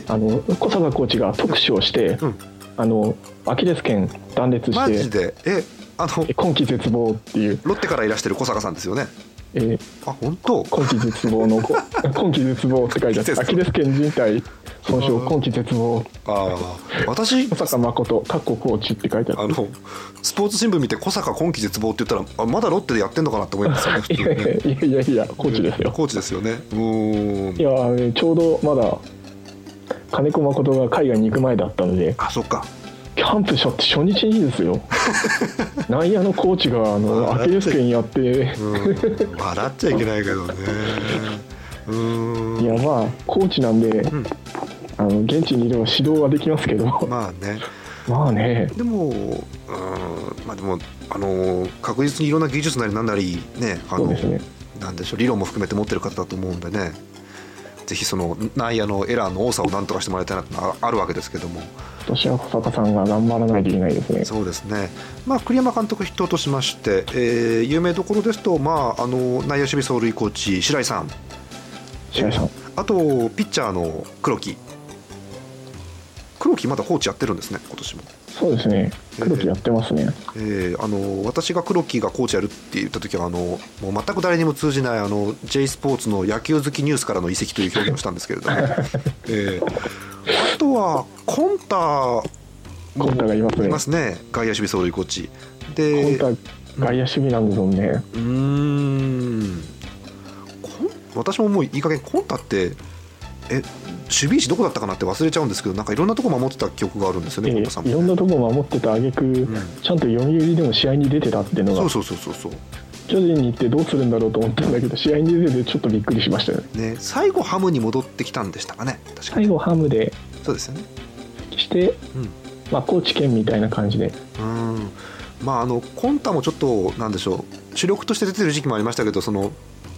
E: あの小坂コーチが特使をして、
A: うん
E: あのアキレス腱断裂
A: マジ
E: して
A: でえあの
E: え今季絶望っていう、
A: ロッテからいらしてる小坂さんですよね
E: えー
A: あ本当
E: 今季絶望
A: <laughs>
E: のこ今季絶望って書いてあ
A: 今季絶
E: る
A: <laughs> 望
E: アキレス腱靭帯損傷今季絶望
A: ああ私
E: 小坂誠かっこコーチって書いてある
A: あのスポーツ新聞見て小坂今季絶望って言ったらあまだロッテでやってんのかなって思いますよね普
E: い
A: 通
E: や
A: に
E: い
A: ね
E: やいやいやコーチですよ
A: コーチですよねうーん
E: いやあのちょうどまだ金子誠が海外に行く前だったので
A: あそっか
E: キャンプしたって初日にで
A: <laughs>
E: すよ内野のコーチがあのアキレス腱やって
A: うん笑っちゃいけないけどねうーん
E: いやまあコーチなんで、
A: ん
E: あの現地にいれば指導はできますけどま
A: まあね
E: あね
A: でも、うーんまあ、でも、あのー確実にいろんな技術なりなんなり、ね、あ
E: そう
A: の
E: ですね
A: なんでしょう、理論も含めて持ってる方だと思うんでね、ぜひその内野のエラーの多さをなんとかしてもらいたいなってのはああるわけですけども、
E: 今年は小坂さんが頑張らないといけないですね
A: そうですね、まあ、栗山監督筆頭としまして、えー有名どころですと、まあ、あの内野守備走塁コーチ、白井さん、
E: 白井さん
A: あとピッチャーの黒木。黒木まだコーチやってるんですね、今年も。
E: そうですね黒木やってますね、
A: えーあの私が黒木がコーチやるって言った時はあのもう全く誰にも通じないあの J スポーツの野球好きニュースからの移籍という表現をしたんですけれども、えーあとはコンタ
E: コンタがいますね
A: いますね外野守備走塁コーチ
E: 今
A: で
E: 回外野守備なんですもんね
A: うーんコン私ももういい加減コンタってえ守備位置どこだったかなって忘れちゃうんですけどなんかいろんなとこ守ってた記憶があるんですよね、
E: え
A: コンタさん
E: ーい
A: も
E: ろん
A: ね、
E: なとこ守ってた挙句、
A: ん
E: ちゃんと読売でも試合に出てたっていうのが
A: そうそうそうそうそう
E: 巨人に行ってどうするんだろうと思ったんだけど試合に出ててちょっとびっくりしましたよね
A: ね最後ハムに戻ってきたんでしたかね確か
E: 最
A: に
E: 後ハムで
A: そうですよね
E: して、
A: うん
E: まあ、高知県みたいな感じで
A: うんまああのコンタもちょっとなんでしょう主力として出てる時期もありましたけどその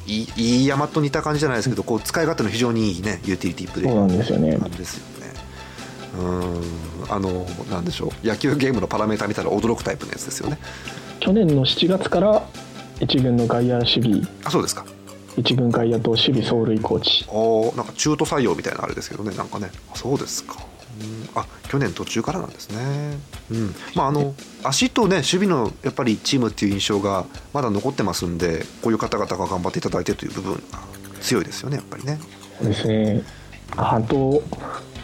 A: いいい山と似た感じじゃないですけどこう使い勝手の非常にいいねユーティリティプレ
E: そう
A: イヤ
E: なんですよね
A: ーなんですよね。うんあのなんでしょう野球ゲームのパラメータ見たら驚くタイプのやつですよね。
E: 去年の7月から1軍の外野守備
A: あそうですか
E: 1軍外野と守備走塁コーチ
A: おなんか中途採用みたいなあれですけどねなんかねあそうですか。うんあ去年途中からなんですね、うんまあ、あの足と、ね、守備のやっぱりチームっていう印象がまだ残ってますんでこういう方々が頑張っていただいてという部分が強いですよね、やっぱりね。
E: そうですねあと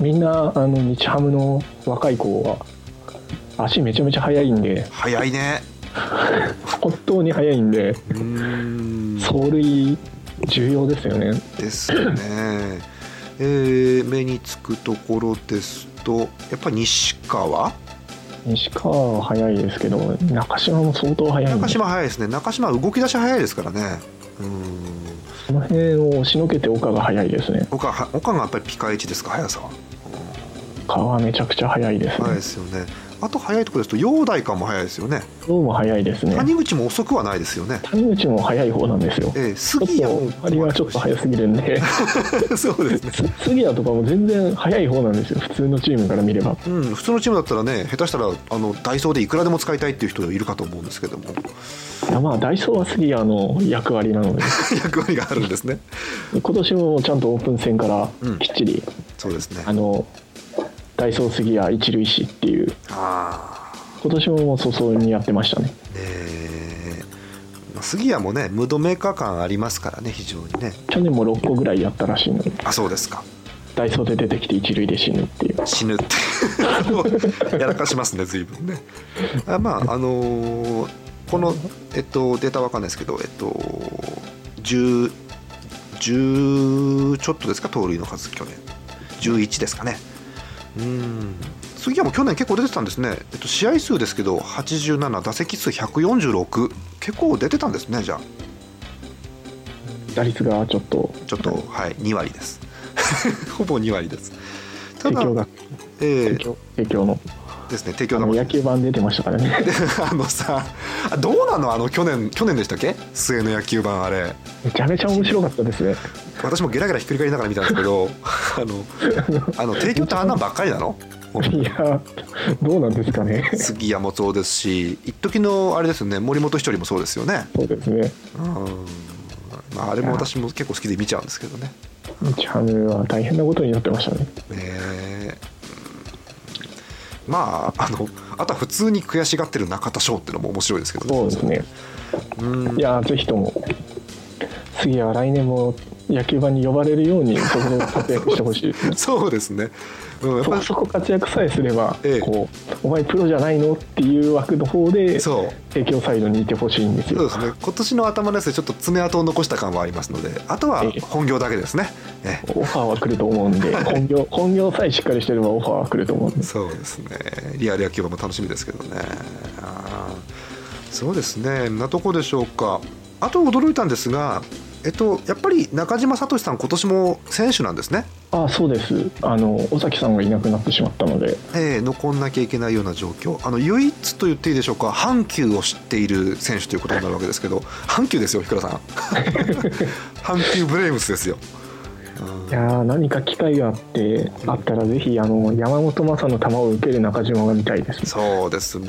E: みんなあの日ハムの若い子は足めちゃめちゃ速いんで
A: 早いね
E: 本当に速いんで
A: うーん
E: 走塁重要ですよね
A: ですよね、えー目につくところですとやっぱり西川
E: 西川は速いですけど中島も相当速いんで
A: 中
E: そ
A: 島早いですね中島は動き出し早いですからねうん
E: の辺を押しのけて岡が速いですね
A: 岡は岡がやっぱりピカイチですか速さは
E: 岡はめちゃくちゃ速いです
A: 早い
E: ね
A: ですよねあと速いところですと陽大館も早いですよね
E: どうも速いですね
A: 谷口も遅くはないですよね
E: 谷口も速い方なんですよ
A: えー、
E: ちょっ
A: 杉谷も
E: と割はちょっと速すぎるんで
A: <laughs> そうですね
E: す杉谷とかも全然速い方なんですよ普通のチームから見れば
A: うん、普通のチームだったらね下手したらあのダイソーでいくらでも使いたいっていう人がいるかと思うんですけども
E: いやまあダイソーは杉谷の役割
A: <laughs>
E: なので
A: <laughs> 役割があるんですね
E: 今年もちゃんとオープン戦から
A: うん
E: きっちり、
A: そうですね
E: あのダイソー杉谷一塁手っていう
A: あ
E: 今年ももう早々にやってましたね
A: ーえーまあ杉谷もねムードメーカー感ありますからね非常にね
E: 去年も6個ぐらいやったらしいので
A: あそうですか
E: ダイソーで出てきて一塁で死ぬっていう
A: 死ぬって <laughs> やらかしますね随分ねあまああのーこのえっとデータわかんないですけどえっと10 10ちょっとですか盗塁の数去年11ですかねうん杉谷も去年結構出てたんですね、えっと、試合数ですけど87打席数146結構出てたんですねじゃあ
E: 打率がちょっと
A: ちょっとはい2割です <laughs> ほぼ2割ですた
E: 帝
A: だ
E: 京が
A: え
E: 帝
A: ー、
E: 京帝京の
A: ですね提
E: あ
A: 供
E: の野球版出てました
A: <laughs>
E: からね
A: あのさあどうなのあの去年去年でしたっけ末の野球版あれ
E: めちゃめちゃ面白かったですね
A: 私もゲラゲラひっくり返りながら見たんですけどあのあの提供ってあんなんばっかりなの
E: いやどうなんですかね
A: 杉谷もそうですし一時のあれですよね森本一人もそうですよね
E: そうですね
A: うん、まあ、あれも私も結構好きで見ちゃうんですけどね
E: 日ハムは大変なことになってましたね
A: ねえうんまああのあとは普通に悔しがってる中田翔っていうのも面白いですけど
E: そうですね
A: うん
E: いやぜひとも次は来年も野球版に呼ばれるようにそこで活躍してほしいですね
A: <laughs> <laughs> そうですね、うん、やっ
E: そ
A: ぱ
E: こそこ活躍さえすれば、
A: ええ
E: こうお前プロじゃないのっていう枠の方で
A: そう
E: 帝京サイドにいてほしいんです
A: そう
E: よ
A: ですね今年の頭のやつでちょっと爪痕を残した感はありますのであとは本業だけですねね
E: オファーは来ると思うんで
A: <laughs>
E: 本業本業さえしっかりしてればオファーは来ると思うんです
A: そうですねリアル野球場も楽しみですけどねあーそうですねんなとこでしょうかあと驚いたんですがえっとやっぱり中島聡さん今年も選手なんですね、
E: ああそうですあの尾崎さんがいなくなってしまったので
A: えー残んなきゃいけないような状況あの唯一と言っていいでしょうか阪急を知っている選手ということになるわけですけど阪急ですよひくらさん阪急ブレーブスですようん
E: いやー何か機会があってあったらぜひあの山本昌の球を受ける中島が見たいです
A: そうですね。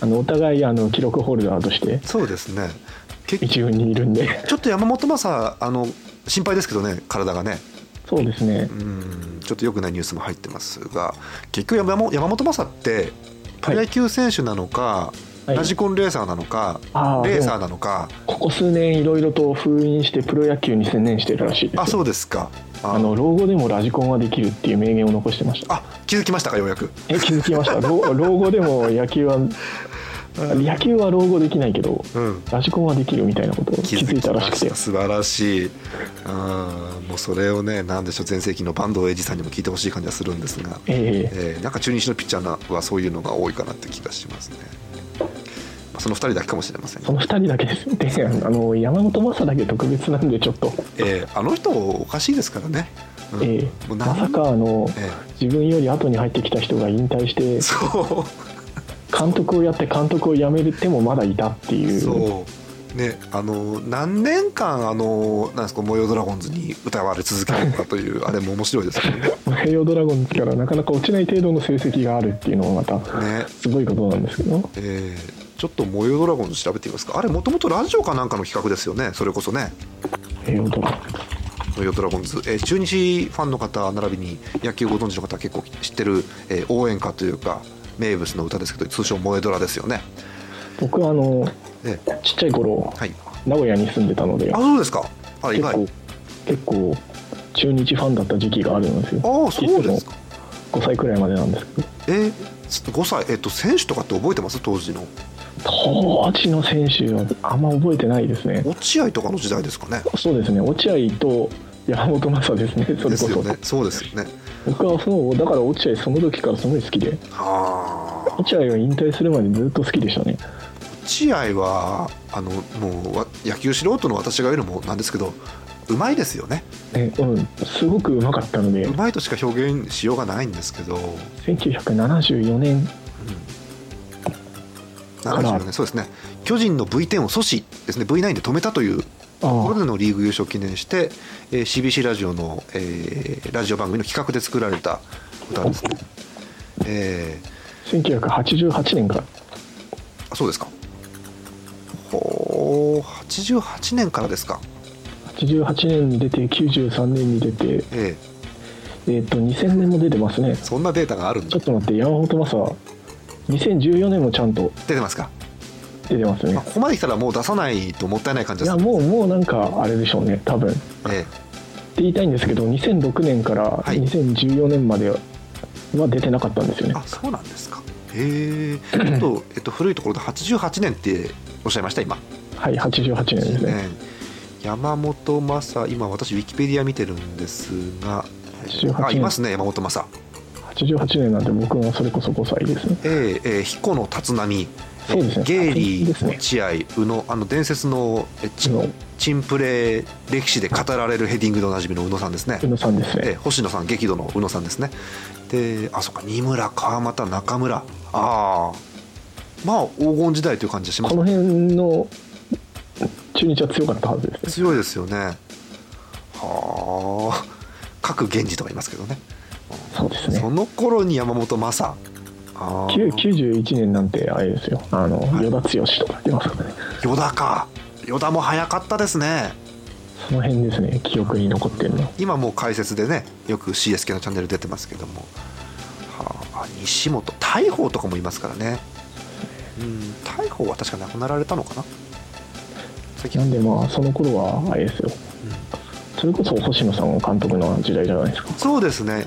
E: あのお互いあの記録ホルダーとして
A: そうですね。けち
E: 一軍にいるんで
A: ょっと山本昌あの心配ですけどね、体がね。
E: そうですね
A: うん、ちょっと良くないニュースも入ってますが、結局山本山本昌ってプロ野球選手なのか、
E: はい
A: ラジコンレーサーなのか、
E: あー
A: レーサーなのか、
E: ここ数年いろいろと封印してプロ野球に専念してるらしいです
A: あ、そうですか。あ
E: あの老後でもラジコンはできるっていう名言を残してました
A: あ気づきましたかようやく。
E: え気づきました老老後でも野球は野球は老後できないけど
A: うん。
E: ラジコンはできるみたいなことを気づいたらしくて
A: 素晴らしいあーもうそれをねなんでしょう全盛期の坂東英二さんにも聞いてほしい感じがするんですが
E: ええ
A: えーなんか中日のピッチャーはそういうのが多いかなって気がしますね。まあその2人だけかもしれません
E: そ。の2人だけですよであの山本昌だけ特別なんでちょっと、
A: えーあの人おかしいですからね。うん
E: え
A: も
E: え
A: う
E: ま
A: 何
E: さかあの、
A: え
E: 自分より後に入ってきた人が引退して
A: え <laughs> そ。
E: 監督をやって監督を辞める手もまだいたっていうう
A: そう。ね、あの何年間あのなんですか「模様ドラゴンズ」に歌われ続けるのかと
E: <laughs>
A: いうあれも面白いですけどね
E: 栄養ドラゴンズからなかなか落ちない程度の成績があるっていうのもまた
A: ね
E: すごいことなんですけど
A: えーちょっと「模様ドラゴンズ」調べてみますかあれもともとラジオかなんかの企画ですよねそれこそね
E: 栄養ドラゴンズ
A: 東京ドラゴンズ、えー中日ファンの方並びに野球ご存知の方は結構知ってる、えー応援歌というか名物の歌ですけど通称「萌えドラ」ですよね。
E: 僕はあの
A: ええ
E: ちっちゃい頃、
A: はい、
E: 名古屋に住んでたので
A: あそうですかあら意
E: 結
A: 外
E: 構結構中日ファンだった時期があるんですよ
A: ああそうですか
E: 5歳くらいまでなんですけど
A: えー、5歳、えっと選手とかって覚えてます当時の
E: 当時の選手はあんま覚えてないですね
A: 落合とかの時代ですかね
E: そうですね落合と山本昌ですねそれこ
A: です
E: そ、
A: よねそうですよね
E: 僕はそうだから落合その時からすごい好きで
A: ああ
E: 落合は引退するまでずっと好きでしたね
A: 落合はあのもうわ野球素人の私が言うのもなんですけどうまいですよね
E: ねうんすごくうまかったので
A: うまいとしか表現しようがないんですけど、うん、
E: 1974年ら
A: 70ねそうですね巨人の V10 を阻止ですね V9 で止めたというとこ
E: あ
A: ろ
E: あ
A: でのリーグ優勝を記念して、えー CBC ラジオの、えーラジオ番組の企画で作られた歌ですね、え
E: 1988年から
A: ーあそうですかほう88年からですか
E: 88年に出て93年に出て
A: ええ
E: えっ、と2000年も出てますね
A: そんなデータがあるん
E: ちょ
A: だ
E: っと待って山本昌2014年もちゃんと
A: 出てますか、
E: 出てます
A: ま
E: ね
A: あ、ここまで来たらもう出さないともったいない感じ
E: い
A: です
E: やもうもうなんかあれでしょうね多分って
A: え
E: 言いたいんですけど2006年から
A: い
E: 2014年までは出てなかったんですよね
A: え、あそうなんですかへえあと、えっと、古いところで88年っておっしゃいました今
E: はい88年ですね
A: ね山本昌今私ウィキペディア見てるんですが
E: 88年
A: あいますね山本昌
E: 88年なんて僕もそれこそ5歳ですね
A: ええええ彦野立浪、
E: そうですね
A: ゲイリ
E: です
A: ー
E: ね
A: 落合宇野あの伝説のえチ
E: 宇
A: ン
E: 野
A: チンプレー歴史で語られるヘディングでおなじみの宇野さんですね
E: 宇、野さんです
A: ええ
E: ね
A: 星野さん激怒の宇野さんですねであそっか二村川又中村ああまあ黄金時代という感じがしま
E: こ
A: す
E: の辺の中日は強かったはずですね
A: 強いですよねはあ各源氏とかいますけどね
E: そうです
A: そ
E: ね
A: の頃に山本昌ああ
E: 9 91年なんてあれですよあの
A: い
E: 与田剛とか出ますからね
A: 与田か与田も早かったですね
E: その辺ですね記憶に残ってるの
A: 今もう解説でねよく CSK のチャンネル出てますけども、はあ、西本大鵬とかもいますからねうん大鵬は確か亡くなられたのかな最近
E: なんでまあその頃はあれですよ、それこそ星野さん監督の時代じゃないですか
A: そうですね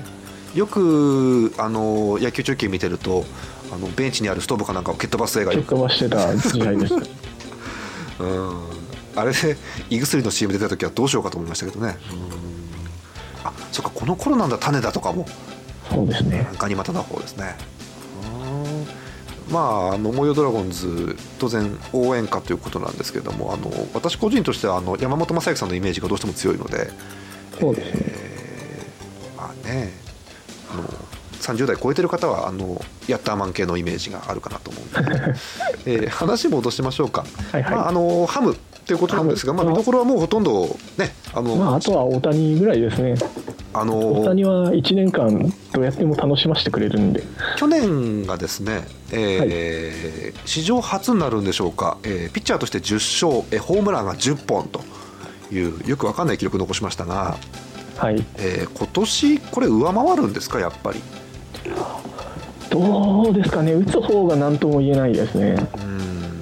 A: よくあの野球中継見てるとあのベンチにあるストーブかなんかを蹴っ飛ばす映画
E: 蹴っ
A: よく、
E: 飛ばしてた時代です
A: うん、あれで胃薬の CM 出た時はどうしようかと思いましたけどねうんあそっかこの頃なんだ種田とかも
E: <laughs> そうですね
A: ガニ股の方ですね。まあ、あの模様ドラゴンズ当然応援歌ということなんですけれどもあの私個人としてはあの山本昌之さんのイメージがどうしても強いので、
E: そうですね
A: えーまあねあの30代超えてる方はあのヤッターマン系のイメージがあるかなと思う
E: <laughs>
A: んで、えー話戻しましょうか、
E: はいはい
A: まあ、あのハムということなんですが、まあ、
E: ハム
A: 見どころはもうほとんどねあの、
E: まああとは大谷ぐらいですね
A: あの
E: 大谷は1年間どうやっても楽しませてくれるんで
A: 去年がですね、えー史上初になるんでしょうか、えーピッチャーとして10勝、えーホームランが10本というよくわかんない記録残しましたが、
E: はい
A: えー今年これ上回るんですかやっぱり
E: どうですかね打つ方が何とも言えないですね
A: うーん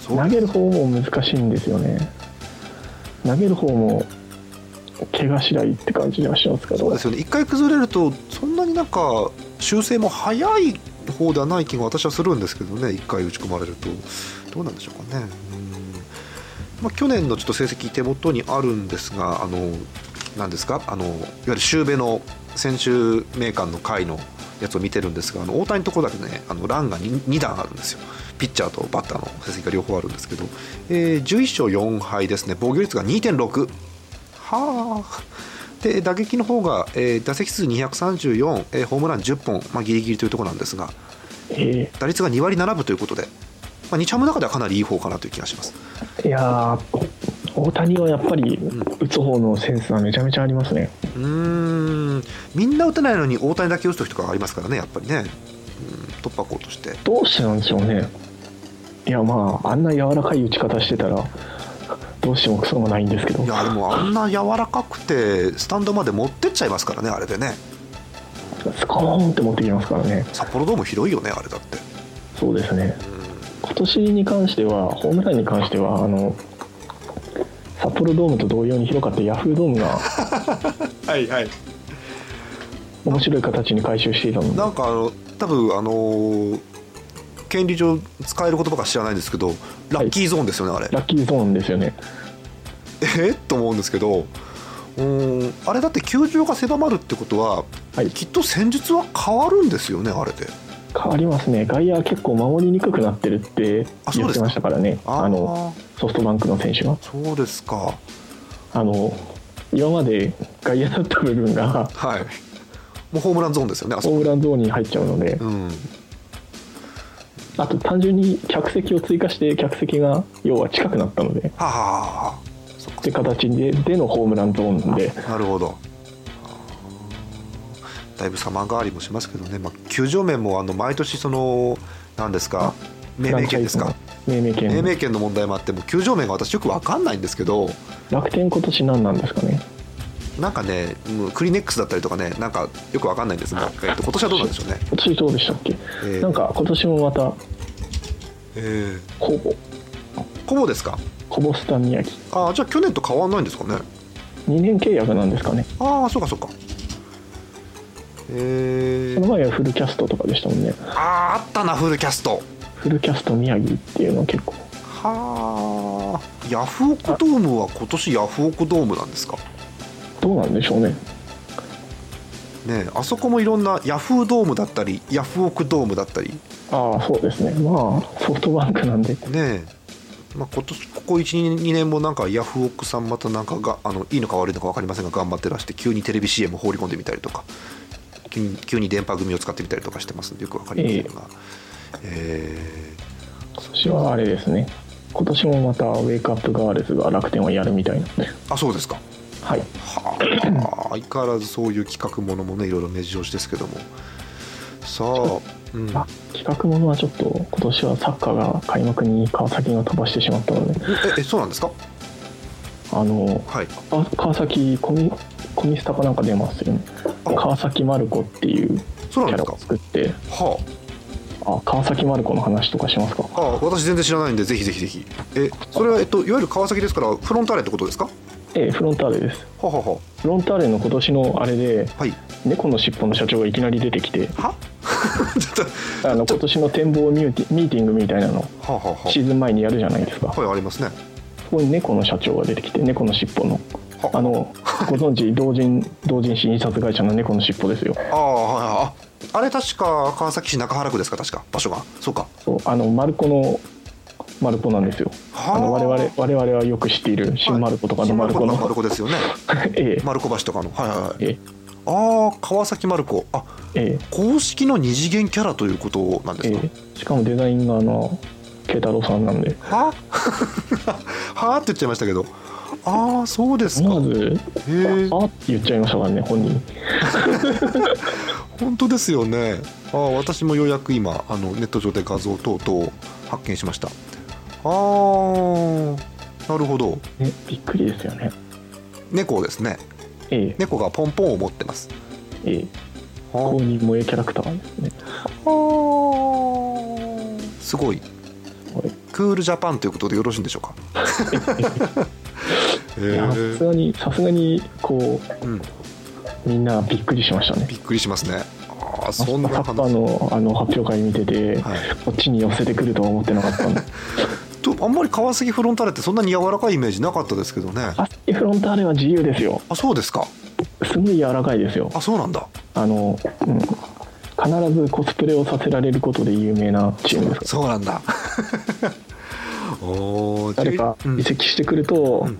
A: そう
E: 投げる方も難しいんですよね投げる方も怪我次第って感じではしますから
A: そうですよね一回崩れるとそんなになんか修正も早い方ではない気が私はするんですけどね一回打ち込まれるとどうなんでしょうかね。うんまあ、去年のちょっと成績手元にあるんですがあのなんですかあのいわゆる週べの先週名鑑の回のやつを見てるんですがあの大谷のところだけねあのランが 2, 段あるんですよピッチャーとバッターの成績が両方あるんですけど、えー11勝4敗ですね防御率が2.6。はあで打撃の方が、えー打席数234、えーホームラン10本、まあ、ギリギリというところなんですが
E: え
A: 打率が2割7分ということで、まあ、2チャムの中ではかなりいい方かなという気がします
E: ーいやー大谷はやっぱり打つ方のセンスはめちゃめちゃありますね
A: うーんみんな打てないのに大谷だけ打つ時とかありますからねやっぱりね、うん、突破口として
E: どうしてなんでしょうねいやまああんな柔らかい打ち方してたらどうしてもクソもないんですけど
A: いやでもあんな柔らかくてスタンドまで持ってっちゃいますからねあれでね
E: スコーンって持ってきますからね
A: 札幌ドーム広いよねあれだって
E: そうですね今年に関してはホームランに関してはあの札幌ドームと同様に広かったヤフードームが
A: はいはい
E: 面白い形に回収していたので
A: なんかあの多分あのー権利上使える言葉か知らないんですけどラッキーゾーンですよね、あれ
E: ラッキーゾーンですよね
A: えっと思うんですけどうーんあれだって球場が狭まるってことは、
E: はい
A: きっと戦術は変わるんですよねあれで
E: 変わりますね外野は結構守りにくくなってるって
A: あそうで
E: 言
A: す
E: って
A: か
E: ましたからね
A: あ
E: あ
A: あ
E: のソフトバンクの選手が
A: そうですか
E: あの今まで外野だった部
A: <laughs>
E: 分が
A: はいもうホームランゾーンですよねあそ
E: ホー
A: こ
E: ムランゾーンに入っちゃうので
A: うん
E: あと単純に客席を追加して客席が要は近くなったのでっ
A: はあはあはあそっか
E: て形ででのホームランゾーンなんで
A: なるほどだいぶ様変わりもしますけどね、まあ、球場面もあの毎年その何ですか命名権ですか
E: 命名
A: 命
E: 権
A: 名権の問題もあってもう球場面が私よくわかんないんですけど
E: 楽天今年何なんですかね
A: なんかねうんクリネックスだったりとかねなんかよくわかんないんですが、えっと、今年はどうなんでしょうね、
E: 今年どうでしたっけ、
A: えー
E: なんか今年もまた
A: え
E: ほぼ
A: ー、コボですか
E: こぼスタ宮城
A: ああじゃあ去年と変わらないんですかね
E: 2年契約なんですかね
A: ああそうかそうかえ
E: この
A: ー、
E: 前はフルキャストとかでしたもんね
A: あーあったなフルキャスト
E: フルキャスト宮城っていうのは結構
A: はあヤフオクドームは今年ヤフオクドームなんですか
E: どうなんでしょうね
A: ねえあそこもいろんなヤフードームだったりヤフオクドームだったり
E: ああそうですねまあソフトバンクなんで
A: ねえ、まあ、今年ここ12年もなんかヤフオクさんまたなんかがあのいいのか悪いのか分かりませんが頑張ってらして急にテレビ CM 放り込んでみたりとか急に急に電波組を使ってみたりとかしてますんでよく分かりませんが、え
E: 今年はあれですね今年もまたウェイクアップガールズが楽天をやるみたいなんで
A: ーあそうですか
E: はい
A: はあ相変わらずそういう企画ものもねいろいろ目白押しですけどもさあ、うん、
E: あ企画ものはちょっと今年はサッカーが開幕に川崎が飛ばしてしまったので
A: ええそうなんですか
E: あの
A: はい
E: あ川崎コミコミスタかなんか出ますよね
A: あ
E: 川崎マルコっていうキ
A: そうなん
E: ャ
A: で
E: ラ
A: すか
E: を作って
A: は
E: あ川崎マルコの話とかしますか
A: あああ私全然知らないんでぜひぜひぜひえそれは、えっと、いわゆる川崎ですからフロンターレってことですかは
E: ええフロンターレです
A: あはあは
E: フロンターレの今年のあれで
A: あはい
E: 猫の尻尾の社長がいきなり出てきて
A: は <laughs> ちょっ
E: あの今年の展望ミューティミーティングみたいなの
A: とはあ、はあは
E: シーズン前にやるじゃないですか
A: あ、はいありますね
E: そこに猫の社長が出てきて猫の尻尾の
A: は
E: あのご存知同人同人誌印刷会社の猫の尻尾ですよ
A: ああはいはいああれ確か川崎市中原区ですか確か場所がそうか
E: そうあのマルコのマルコなんですよ
A: はあ
E: あの我々我々はよく知っている新マルコとかのマルコの、
A: マルコですよね
E: <laughs> ええ
A: マルコ橋とかのはいはいはい
E: え
A: ああ川崎マルコあ
E: ええ
A: 公式の二次元キャラということなんです
E: え
A: か、
E: えしかもデザインがあの慶太郎さんなんで
A: は <laughs> はあって言っちゃいましたけどああそうですか
E: 思わず
A: へ
E: 「あ
A: え
E: ーって言っちゃいましたからね本人
A: 本当ですよねああ私もようやく今あのネット上で画像等々発見しましたああなるほど
E: ねびっくりですよね
A: 猫ですね
E: ええ
A: 猫がポンポンを持ってます
E: ええ
A: あ
E: 公
A: ー
E: 認萌えキャラクターですね
A: すごい
E: これ
A: クールジャパンということでよろしいんで <laughs> しょうかへ
E: いやさすがにさすがにこ
A: うん、
E: うみんなびっくりしましたね
A: びっくりしますねああそんな
E: まさか
A: 話
E: のあの発表会見てて、
A: はい
E: こっちに寄せてくるとは思ってなかった
A: <laughs>
E: んで
A: とあんまり川崎フロンターレってそんなに柔らかいイメージなかったですけどね
E: あフロンターレは自由ですよ
A: あそうですか
E: すごい柔らかいですよ
A: あそうなんだ
E: あの、うん、必ずコスプレをさせられることで有名なチームです
A: そ
E: から
A: うなんだ <laughs> おー
E: 誰か
A: うん
E: 移籍してくると、
A: うん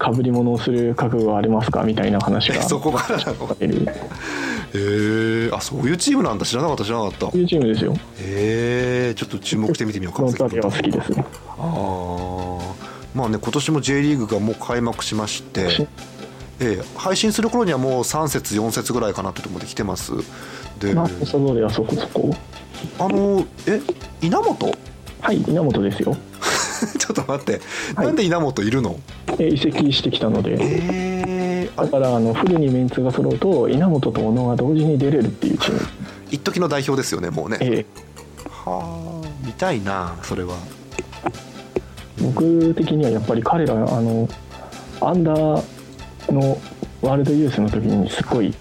E: かぶり物をする覚悟はありますかみたいな話
A: <laughs> <laughs>
E: が
A: そこからなの
E: 出る
A: へえあそういうチームなんだ知らなかった知らなかった
E: そういうチームですよ
A: へえちょっと注目して見てみよう
E: フ
A: か
E: ロンターレは好きですね
A: ああまあね今年も J リーグがもう開幕しまして、ええ配信する頃にはもう3節4節ぐらいかなってとこまで来てますで、
E: まあコスタドーレはそこそこ
A: あのえ稲本 <laughs>
E: はい稲本ですよ
A: ちょっと待って、
E: はい
A: なんで稲本いるの
E: え移籍してきたので
A: えー、あ
E: だ
A: れ
E: からあのフルにメンツが揃うと稲本と小野が同時に出れるっていうチーム、
A: 一時の代表ですよねもうね、
E: ええ
A: はあ見たいなそれは
E: 僕的にはやっぱり彼らあのアンダーのワールドユースの時にすっごい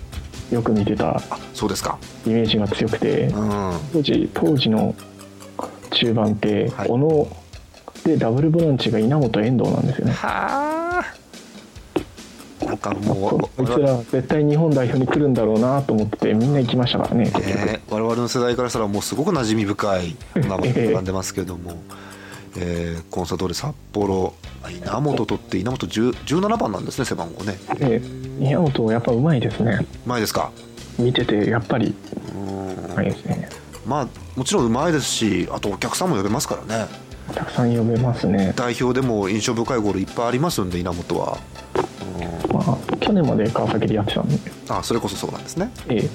E: よく見てた
A: そうですか
E: イメージが強くて
A: うんは
E: 当時当時の中盤って
A: はい
E: 小野でダブルボランチが稲本遠藤なんですよね
A: あなんか
E: こ
A: もう
E: いつら絶対日本代表に来るんだろうなと思っててみんな行きましたからね結局
A: ね、我々の世代からしたらもうすごく馴染み深い名前が並んでますけど
E: <laughs>
A: も、えーコンサドーレ札幌あ稲本とって稲本10 17番なんですね背番号ね
E: で宮本やっぱうまいですね
A: 前ですか
E: 見ててやっぱり
A: うん
E: うまいですね
A: まあもちろんうまいですしあとお客さんも呼べますからね
E: たくさん呼べますね、
A: 代表でも印象深いゴールいっぱいありますんで稲本は
E: まあ、去年まで川崎でやってたんで、
A: あそれこそそうなんですね
E: え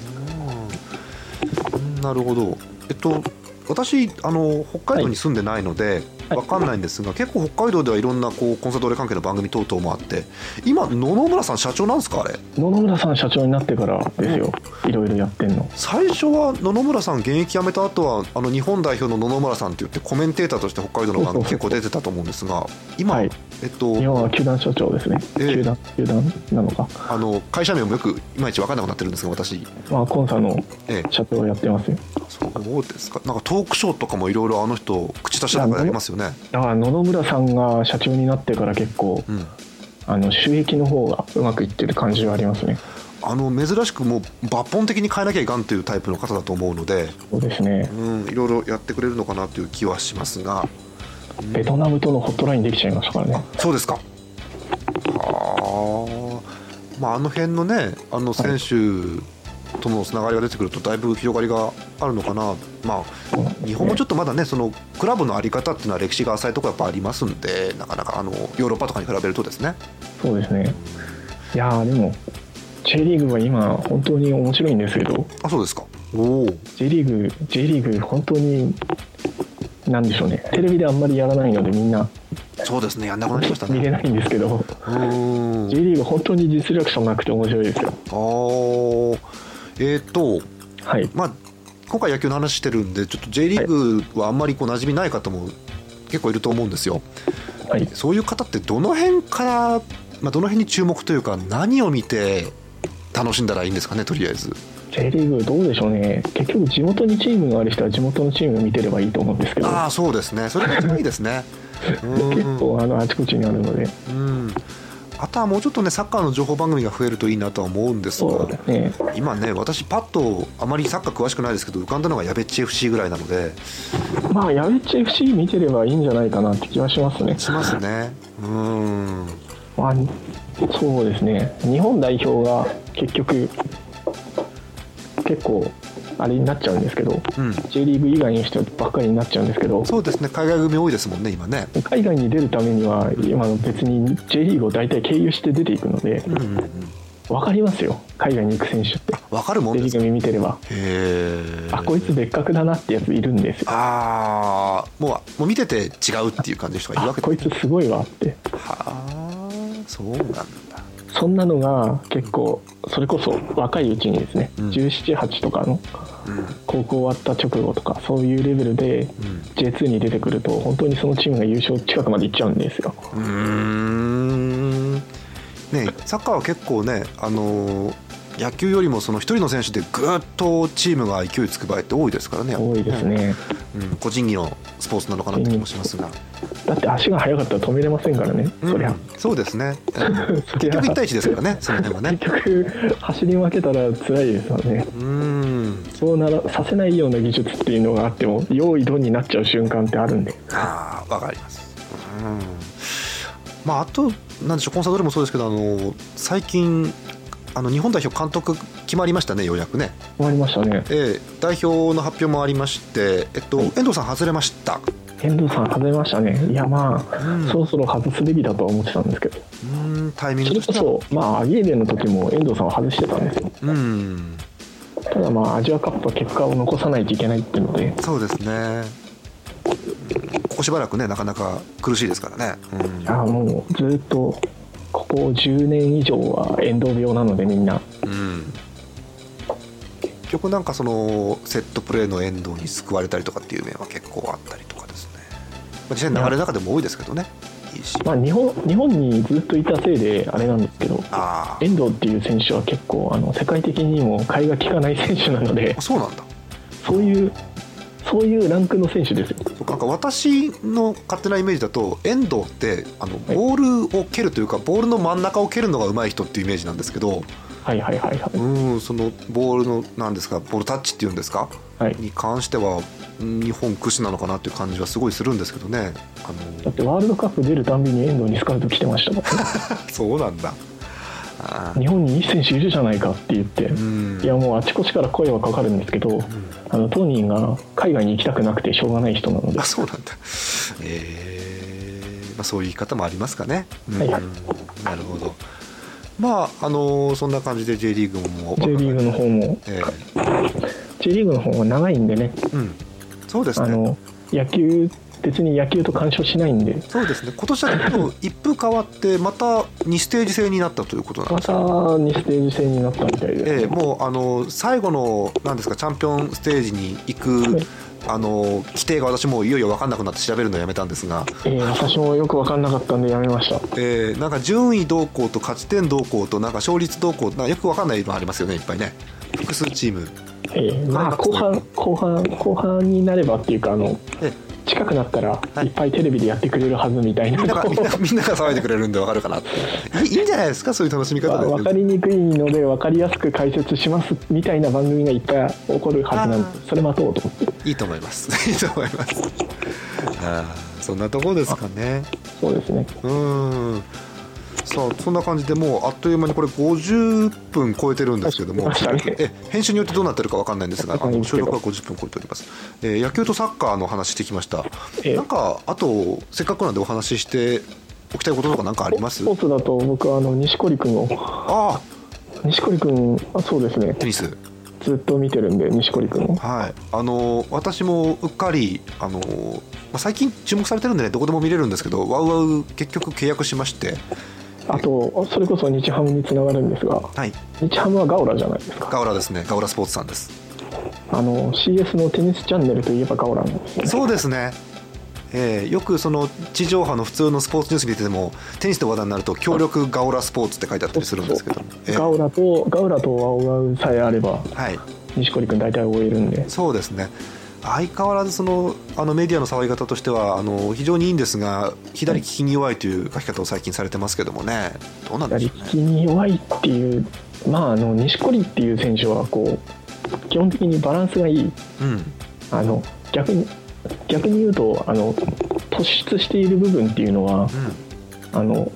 E: え
A: なるほどえっと私あの北海道に住んでないので、
E: はい
A: わかんないんですが結構北海道ではいろんなこうコンサドーレ関係の番組等々もあって今野々村さん社長なんですかあれ
E: 野々村さん社長になってからですよ、いろいろやってんの
A: 最初は野々村さん現役辞めた後はあの日本代表の野々村さんって言ってコメンテーターとして北海道の番組
E: そ
A: 結
E: うそ
A: 構
E: うそう
A: 出てたと思うんですが今、
E: はい
A: えっと
E: 日本は球団社長ですね、
A: ええ
E: 球団球団なのか、
A: あの会社名もよくいまいち分かんなくなってるんですが私
E: まあ、コンサの
A: ええ
E: 社長をやってますよ
A: そうですかなんかトークショーとかもいろいろあの人口出しなんかやりますよね
E: だから野々村さんが社長になってから結構
A: うん
E: あの収益の方がうまくいってる感じはありますね
A: あの珍しくもう抜本的に変えなきゃいかんというタイプの方だと思うので、
E: そうですね
A: うん、いろいろやってくれるのかなという気はしますが
E: ベトナムとのホットラインできちゃいましたからね
A: そうですかはあまああの辺のねあの選手とのつながりが出てくるとだいぶ広がりがあるのかなまあ日本もちょっとまだねそのクラブの在り方っていうのは歴史が浅いところやっぱありますんでなかなかあのヨーロッパとかに比べるとですね
E: そうですねいやーでも J リーグは今本当に面白いんですけど
A: あそうですかおお
E: J リーグ J リーグ本当になんでしょうねテレビであんまりやらないのでみんな
A: そうですねやんなくなりました
E: 見れ
A: ね
E: ないんですけど
A: うーん
E: J リーグ本当に実力者なくて面白いですよ
A: あーえっ、と、
E: はい
A: まあ、今回野球の話してるんで、ちょっと J リーグはあんまりこう馴染みない方も結構いると思うんですよ。
E: はい
A: そういう方ってどの辺から、まあ、どの辺に注目というか、何を見て楽しんだらいいんですかね、とりあえず。
E: J リーグどうでしょうね結局地元にチームがある人は地元のチームを見てればいいと思うんですけど
A: ああ、そうですね。それが一番いいです
E: <laughs>
A: ね。う
E: 結
A: ん
E: 構あのあちこちにあるので
A: うんあとはもうちょっとねサッカーの情報番組が増えるといいなとは思うんです
E: そう
A: が
E: ですね
A: 今ね私パッとあまりサッカー詳しくないですけど浮かんだのがやべっち FC ぐらいなので
E: まあやべっち FC 見てればいいんじゃないかなって気はしますね
A: しますね。うーん。
E: まあ、そうですね日本代表が結局結構あれになっちゃうんですけど
A: うん。
E: J リーグ以外の人ばっかりになっちゃうんですけど
A: そうですね。海外組多いですもんね、今ね。
E: 海外に出るためには今の別に J リーグを大体経由して出ていくので
A: うんうんうん。
E: 分かりますよ海外に行く選手って
A: わかるもん
E: J
A: で
E: リ
A: す
E: ー
A: か。
E: グ見てれば
A: へえ。
E: あこいつ別格だなってやついるんですよ
A: あーもうもう見てて違うっていう感じの人がいる
E: あ
A: わけだ
E: こいつすごいわって
A: はあそうなんだ
E: そんなのが結構それこそ若いうちにですね、
A: うん
E: 1718とかの
A: うんうん
E: 高校終わった直後とかそういうレベルで J2 に出てくると本当にそのチームが優勝近くまで行っちゃうんですよ
A: うーんねサッカーは結構ねあのー野球よりもその一人の選手でぐーっとチームが勢いつく場合って多いですからね
E: 多いです、ね
A: うん、個人技のスポーツなのかなって気もしますが
E: だって足が速かったら止めれませんからね、そりゃ
A: うんそうですね
E: <laughs> そ
A: 結
E: りゃ
A: 局1対1ですからねその辺は
E: <laughs>
A: ね
E: 結局走り負けたら辛いですよね
A: うーん
E: そうならさせないような技術っていうのがあっても用意ドンになっちゃう瞬間ってあるんで
A: ああわかりますうんまああとなんでしょうコンサドーレもそうですけどあの最近あの日本代表監督決まりましたねようやくね、
E: 終わりましたね
A: ええ代表の発表もありまして、えっと、
E: はい
A: 遠藤さん外れました
E: 遠藤さん外れましたねいやまあ、
A: うん
E: そろそろ外すべきだとは思ってたんですけど
A: うんタイミン
E: そ
A: グ
E: れ
A: とし
E: こ
A: ては
E: そまあアギーデンの時も遠藤さんは外してたんですよ
A: うん
E: ただまあアジアカップは結果を残さないといけないっていうので
A: そうですねうんここうしばらくねなかなか苦しいですからね、うん
E: あもうずっとここ10年以上は遠藤病なのでみんな
A: うん結局なんかそのセットプレーの遠藤に救われたりとかっていう面は結構あったりとかですね、まあ、実際流れの中でも多いですけどねいいし
E: まあ日本日本にずっといたせいであれなんですけど
A: あー
E: 遠藤っていう選手は結構あの世界的にも替えが利かない選手なので
A: あそうなんだ
E: そういうそういうランクの選手ですよ
A: そうなんか私の勝手なイメージだと遠藤ってあのボールを蹴るというかボールの真ん中を蹴るのが上手い人っていうイメージなんですけど
E: はいはいはいは
A: うんそのボールのなんですかボールタッチっていうんですか
E: い、はい、
A: に関してはうん日本屈指なのかなっていう感じはすごいするんですけどねあ
E: だってワールドカップ出るたんびに遠藤にスカウト来てましたもん
A: <laughs> のそうなんだあー
E: 日本にいい選手いるじゃないかって言って
A: うん
E: いやもうあちこちから声はかかるんですけどあの当人が海外に行きたくなくてしょうがない人なので
A: あそうなんだえーまあ、そういう言い方もありますかね、うん
E: はいはい
A: なるほどまああのーそんな感じで J リーグも
E: J リーグの方も
A: え
E: J リーグの方は長いんでね
A: ーうんそうです
E: あ
A: ね
E: の野球別に野球と干渉しないんで
A: そうですね今年はちょっと一風変わってまた2ステージ制になったということなん
E: ま
A: です
E: た
A: よ
E: 2ステージ制になったみたいです、
A: ええもうあの最後のなんですかチャンピオンステージに行く
E: い
A: あの規定が私もういよいよ分かんなくなって調べるのやめたんですが、
E: ええ私もよく分かんなかったんでやめました
A: ええなんか順位同行と勝ち点同行となんか勝率同行なんかよく分かんないのありますよねいっぱいね複数チーム、
E: ええまあ後半後半後半になればっていうかあの
A: ええ
E: 近くなったら
A: い
E: いっぱいテレビでやってくれるはずみたいな
A: みんなが
E: こ
A: みん
E: <laughs>
A: なみんなが騒いでくれるんで分かるかなっていいいいんじゃないですかそういう楽しみ
E: う
A: 方
E: わ
A: です
E: 分かりにくいので分かりやすく解説しますみたいな番組がいっぱい起こるはずなんでそれ待とうと思って
A: いいと思いますいいと思いますああそんなところですかね
E: そうですね
A: うーんさあそんな感じでもうあっという間にこれ50分超えてるんですけど <laughs> も
E: はい来ましたね
A: え編集によってどうなってるかわかんないんですがあ
E: はい
A: の収録は50分超えております、えー野球とサッカーの話してきました
E: ええ
A: なんかあとせっかくなんでお話ししておきたいこととかなんかあります
E: スポーツだと僕はあの錦織君を
A: ああ
E: 錦織君あそうですね
A: テニス
E: ずっと見てるんで錦織君を
A: はいあの私もうっかりあの、まあ、最近注目されてるんでねどこでも見れるんですけどワウワウ結局契約しまして
E: あとそれこそ日ハムにつながるんですが
A: はい
E: 日ハムはガオラじゃないですか
A: ガオラですねガオラスポーツさんです
E: あの CS のテニスチャンネルといえばガオラなんですよね
A: そうですね、えーよくその地上波の普通のスポーツニュース見ててもテニスの話題になると協力ガオラスポーツって書いてあったりするんですけど、えー
E: ガオラとガオラとワオワウさえあれば
A: はい、
E: 錦織君大体終えるんで
A: そうですね相変わらずそのあのメディアの騒ぎ方としてはあの非常にいいんですが左利きに弱いという書き方を最近されてますけどもねどうなんで
E: 左
A: しょう
E: 利き
A: ね。
E: に弱いっていうまああの錦織っていう選手はこう基本的にバランスがいい
A: うん
E: あの逆に逆に言うとあの突出している部分っていうのは
A: うん、
E: あの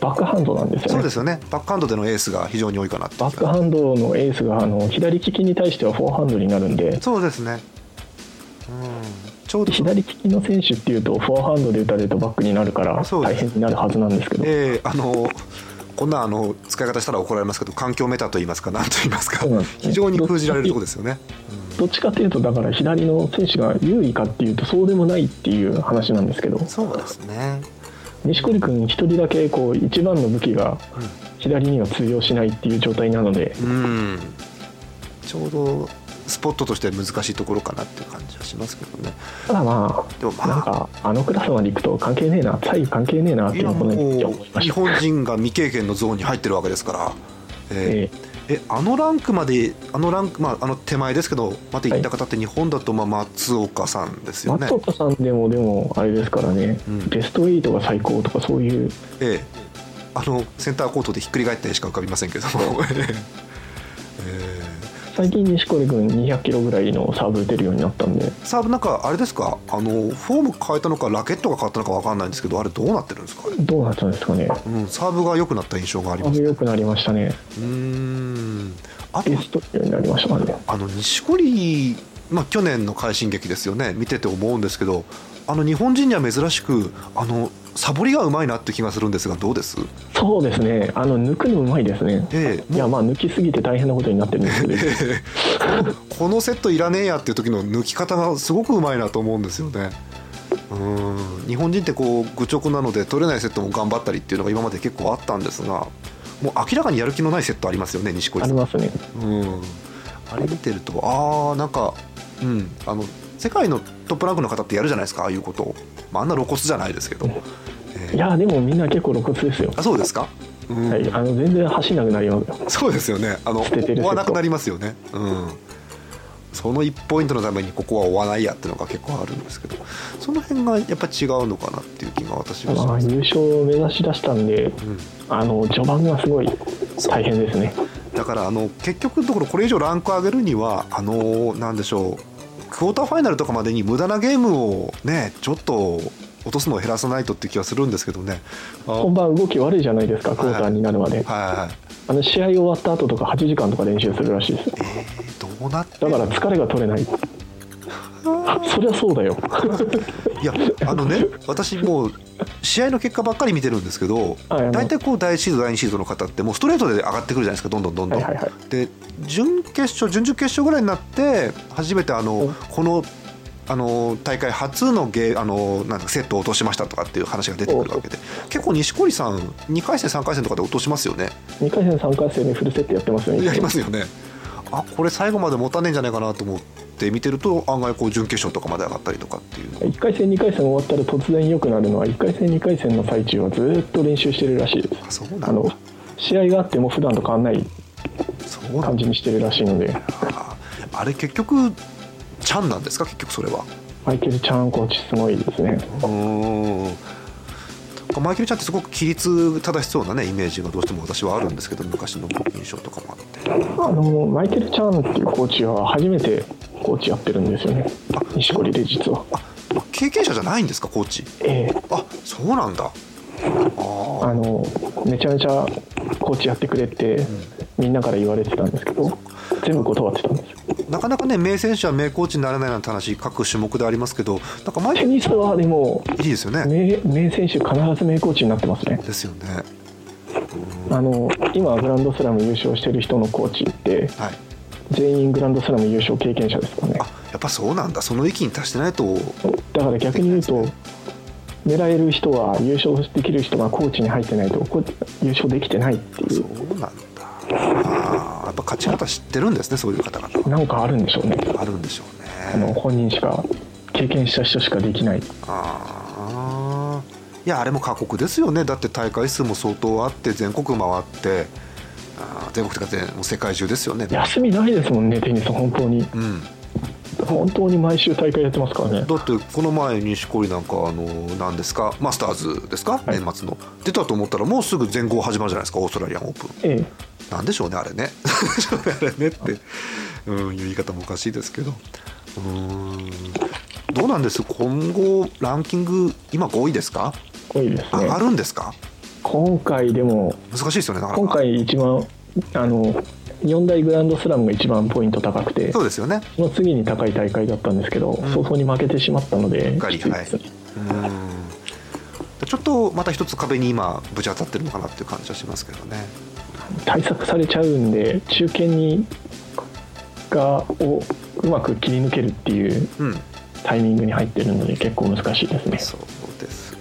E: バックハンドなんですよね
A: そうですよねバックハンドでのエースが非常に多いかなって気が
E: バックハンドのエースがあの左利きに対してはフォアハンドになるんで
A: そうですね、うん、ちょうど
E: 左利きの選手っていうとフォアハンドで打たれるとバックになるから
A: そうで
E: 大
A: す
E: 変になるはずなんですけど、
A: ええあのこんなあの使い方したら怒られますけど環境メタと言いますか何と言いますか
E: そうなんですね
A: 非常に封じられるところですよね。
E: どっちかというとだから左の選手が優位かっていうとそうでもないっていう話なんですけど
A: そうですね。
E: 錦織君一人だけこう一番の武器が左には通用しないっていう状態なので
A: うん。ちょうどスポットとして難しいところかなっていう感じはしますけどね。
E: ただま
A: でもま
E: あなん
A: あ。
E: かあのクラスまで行くと関係ねえな左右関係ねえなって
A: い
E: いう
A: や
E: のをこ
A: も
E: の時
A: う
E: 思いま
A: 日
E: した。
A: 本人が未経験のゾーンに入ってるわけですから、え
E: え
A: え
E: え
A: えあのランクまであのランク、まあ、あの手前ですけどまで行った方って日本だとまあ松岡さんですよね。
E: 松岡さんでもでもあれですからね、
A: うん
E: ベスト8が最高とかそういう
A: ええ、あのセンターコートでひっくり返ってしか浮かびませんけども、 <laughs> え
E: 最近錦織君200キロぐらいのサーブ打てるようになったんで
A: えサーブなんかあれですかあのフォーム変えたのかラケットが変わったのかわかんないんですけどあれどうなってるんですかあれ
E: どうなったんですかね
A: うん、サーブが良くなった印象があり
E: サー
A: ま
E: ブ
A: すう
E: 良くなりましたね
A: ーんあと
E: ベスト8になりましたからね
A: あの錦織、まあ、去年の快進撃ですよね見てて思うんですけどあの日本人には珍しくあのサボりがうまいなって気がするんですがどうです
E: そうですねあの抜くのうまいですね
A: ええ
E: いやまあ抜きすぎて大変なことになってるんですけど
A: このセットいらねえやっていう時の抜き方がすごくうまいなと思うんですよね。うん日本人ってこう愚直なので取れないセットも頑張ったりっていうのが今まで結構あったんですがもう明らかにやる気のないセットありますよね錦織
E: あ
A: さ
E: り
A: ん
E: ますね
A: うん、あれ見てるとああなんか、うん、あの世界のトップランクの方ってやるじゃないですかああいうことを、まあ、あんな露骨じゃないですけど、えー
E: いやでもみんな結構露骨ですよ
A: あそうですか、うん
E: はい、あの全然走んなくなりますよ
A: そうですよねあの
E: 捨ててる
A: 追
E: 人
A: わなくなりますよね、うん、その1ポイントのためにここは追わないやっていうのが結構あるんですけどその辺がやっぱ違うのかなっていう気が私はし
E: まあ
A: ます、
E: 優勝を目指し出したんで
A: うん
E: あの序盤がすごい大変ですね
A: だからあの結局のところこれ以上ランク上げるにはあのなんでしょうクォーターファイナルとかまでに無駄なゲームをねちょっと落とすのを減らさないとって気はするんですけどね。あ
E: 本番動き悪いじゃないですかクォーターになるまで
A: はい、
E: あの試合終わった後とか8時間とか練習するらしいです
A: えーどうなって
E: だ
A: る
E: から疲れが取れない
A: <laughs>
E: そりゃそうだよ
A: いやあのね私もう試合の結果ばっかり見てるんですけど
E: はいあの
A: 大体こう第1シード第2シードの方ってもうストレートで上がってくるじゃないですかどんどんどんどん。
E: はいはいはい
A: で準決勝準々決勝ぐらいになって初めてあの、
E: うん
A: このあの大会初のゲーあのなんかセットを落としましたとかっていう話が出てくるわけで結構錦織さん2回戦3回戦とかで落としますよね
E: 2回戦3回戦でフルセットやってますよね
A: やりますよねあこれ最後まで持たねえんじゃないかなと思って見てると案外こう準決勝とかまで上がったりとかっていうの
E: 1回戦2回戦終わったら突然良くなるのは1回戦2回戦の最中はずーっと練習してるらしいです
A: あそうな
E: あ
A: ん
E: の
A: だ
E: 試合があっても普段と変わんない
A: そうなん
E: 感
A: だ
E: じにしてるらしいので
A: ああれ結局ちゃんなんですか結局それは
E: マイケル・チャンコーチすごいですね
A: うーんマイケル・ちゃんってすごく規律正しそうなねイメージがどうしても私はあるんですけど昔の印象とかもあって
E: あのマイケル・チャンっていうコーチは初めてコーチやってるんですよね錦織で実は
A: あ経験者じゃないんですかコーチ
E: ええ
A: あそうなんだ
E: あのめちゃめちゃコーチやってくれってみんなから言われてたんですけど全部断ってたんですよ
A: なかなかね名選手は名コーチになれないなんて話各種目でありますけどなんかマイケ
E: テ
A: ル
E: ニスはでも
A: いいですよね
E: 名名選手必ず名コーチになってますね
A: ですよね
E: あの今グランドスラム優勝してる人のコーチって
A: はい
E: 全員グランドスラム優勝経験者ですからね
A: あやっぱそうなんだその域に達してないと
E: だから逆に言うと狙える人は優勝できる人がコーチに入ってないとこう優勝できてないってい
A: そううなんだあーやっぱ勝ち方知ってるんですねそういう方々は
E: なんかあるんでしょうね
A: あるんでしょうね
E: あの本人しか経験した人しかできない
A: あーいやあれも過酷ですよねだって大会数も相当あって全国回ってあー全国というか全もう世界中ですよね
E: 休みないですもんねテニス本当に
A: うん
E: 本当に毎週大会やってますからね
A: だってこの前錦織なんかあの何ですかマスターズですか、
E: はい
A: 年末の出たと思ったらもうすぐ全豪始まるじゃないですかオーストラリアンオープン
E: ええ
A: なんでしょうねあ <laughs> れねあれねって、うん、いう言い方もおかしいですけどうーんどうなんです今後ランキング今5位ですか
E: 多いです
A: 上
E: ね
A: がるんですか
E: 今回でも
A: 難しいですよねなかなか
E: 今回一番あの四大グランドスラムが一番ポイント高く
A: <laughs>
E: て
A: そ
E: そう
A: ですよね
E: の次に高い大会だったんですけど、
A: ん
E: 早々に負けてしまったので
A: かり
E: きついですね
A: うんちょっとまた一つ壁に今ぶち当たってるのかなっていう感じはしますけどね
E: 対策されちゃうんで中堅にがをうまく切り抜けるっていう
A: うん
E: タイミングに入ってるので結構難しいですね
A: そうです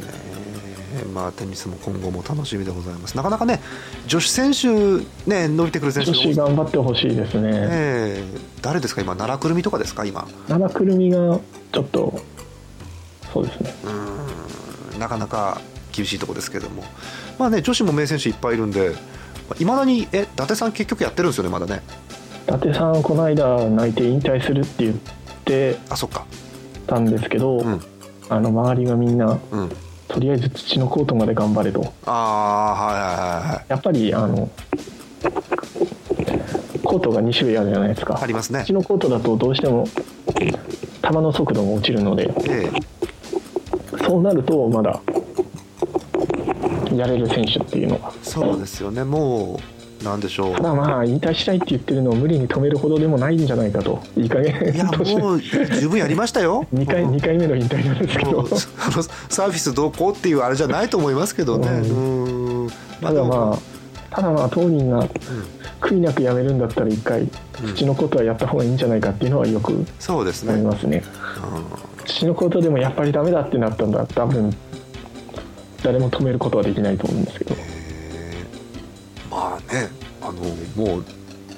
A: ねまあテニスも今後も楽しみでございますなかなかね女子選手ね伸びてくる選手
E: 女
A: が多
E: 子
A: い
E: 頑張ってほしいですね
A: ええ誰ですか今奈良くるみとかですか今
E: 七くるみがちょっとそうですね
A: うんなかなか厳しいとこですけどもまあね女子も名選手いっぱいいるんでいまあ未だにえ伊達さん結局やってるんですよねまだね
E: 伊達さんこの間泣いて引退するって言って
A: あそっか
E: たんですけど、
A: うん
E: あの周りがみんな
A: うん
E: とりあえず土のコートまで頑張れと
A: ああはいはいはいはい
E: やっぱりあのコートが2種類あるじゃないですか
A: ありますね
E: 土のコートだとどうしても球の速度も落ちるので
A: ええ
E: そうなるとまだやれる選手っていうのが
A: そうですよね、もう、なんでしょう
E: た。だまあ引退したいって言ってるのを無理に止めるほどでもないんじゃないかといい加減
A: いや、
E: として
A: もう十分やりましたよ。
E: 2回
A: もう
E: 二回目の引退なんですけ
A: も
E: ど
A: うあのサーフィスどうこうっていうあれじゃないと思いますけどね。
E: う
A: うん、
E: ただまあただまあ当人が
A: あ、うん、
E: 悔いなく辞めるんだったら一回土のことはやった方がいいんじゃないかっていうのはよく
A: そうですね。
E: 思いますね、
A: うん
E: 死ぬことでもやっぱりダメだってなったんだ多分誰も止めることはできないと思うんですけど
A: えーまあねあのもう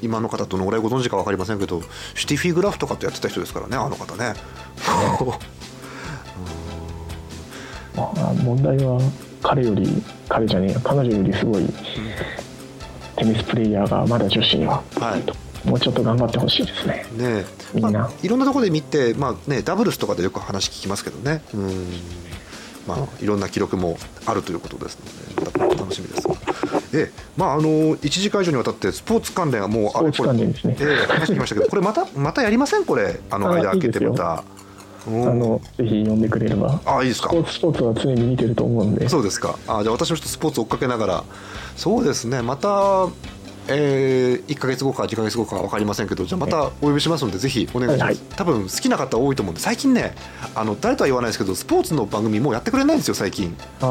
A: 今の方どのぐらいご存知か分かりませんけどシティフィグラフとかってやってた人ですからねあの方ね
E: まあ問題は彼より彼じゃねえや彼女よりすごいテニスプレイヤーがまだ女子には、
A: はい
E: もうちょっと頑張ってほしいですね
A: ね
E: みんな
A: まあ、いろんなところで見て、まあね、ダブルスとかでよく話聞きますけどねうん、まあ、いろんな記録もあるということですのでまた楽しみですがええまああの1時間以上にわたってスポーツ関連はもうあれ
E: スポーツ関連ですね
A: これええ話してきましたけどこれまたまたやりませんこれあの
E: あ
A: 間
E: い
A: 開
E: い
A: け
E: で
A: て
E: すよ
A: また。
E: あ
A: うん
E: のぜひ呼んでくれれば
A: あいいですか
E: スポーツスポーツは常に見てると思うんで
A: そうですかあじゃあ私もちょっとスポーツ追っかけながらそうですねまた、え1か月後か2か月後か分かりませんけどじゃあまたお呼びしますのでぜひお願いします、
E: はいはい
A: 多分好きな方多いと思うんで最近ねあの誰とは言わないですけどスポーツの番組もうやってくれないんですよ最近、
E: あ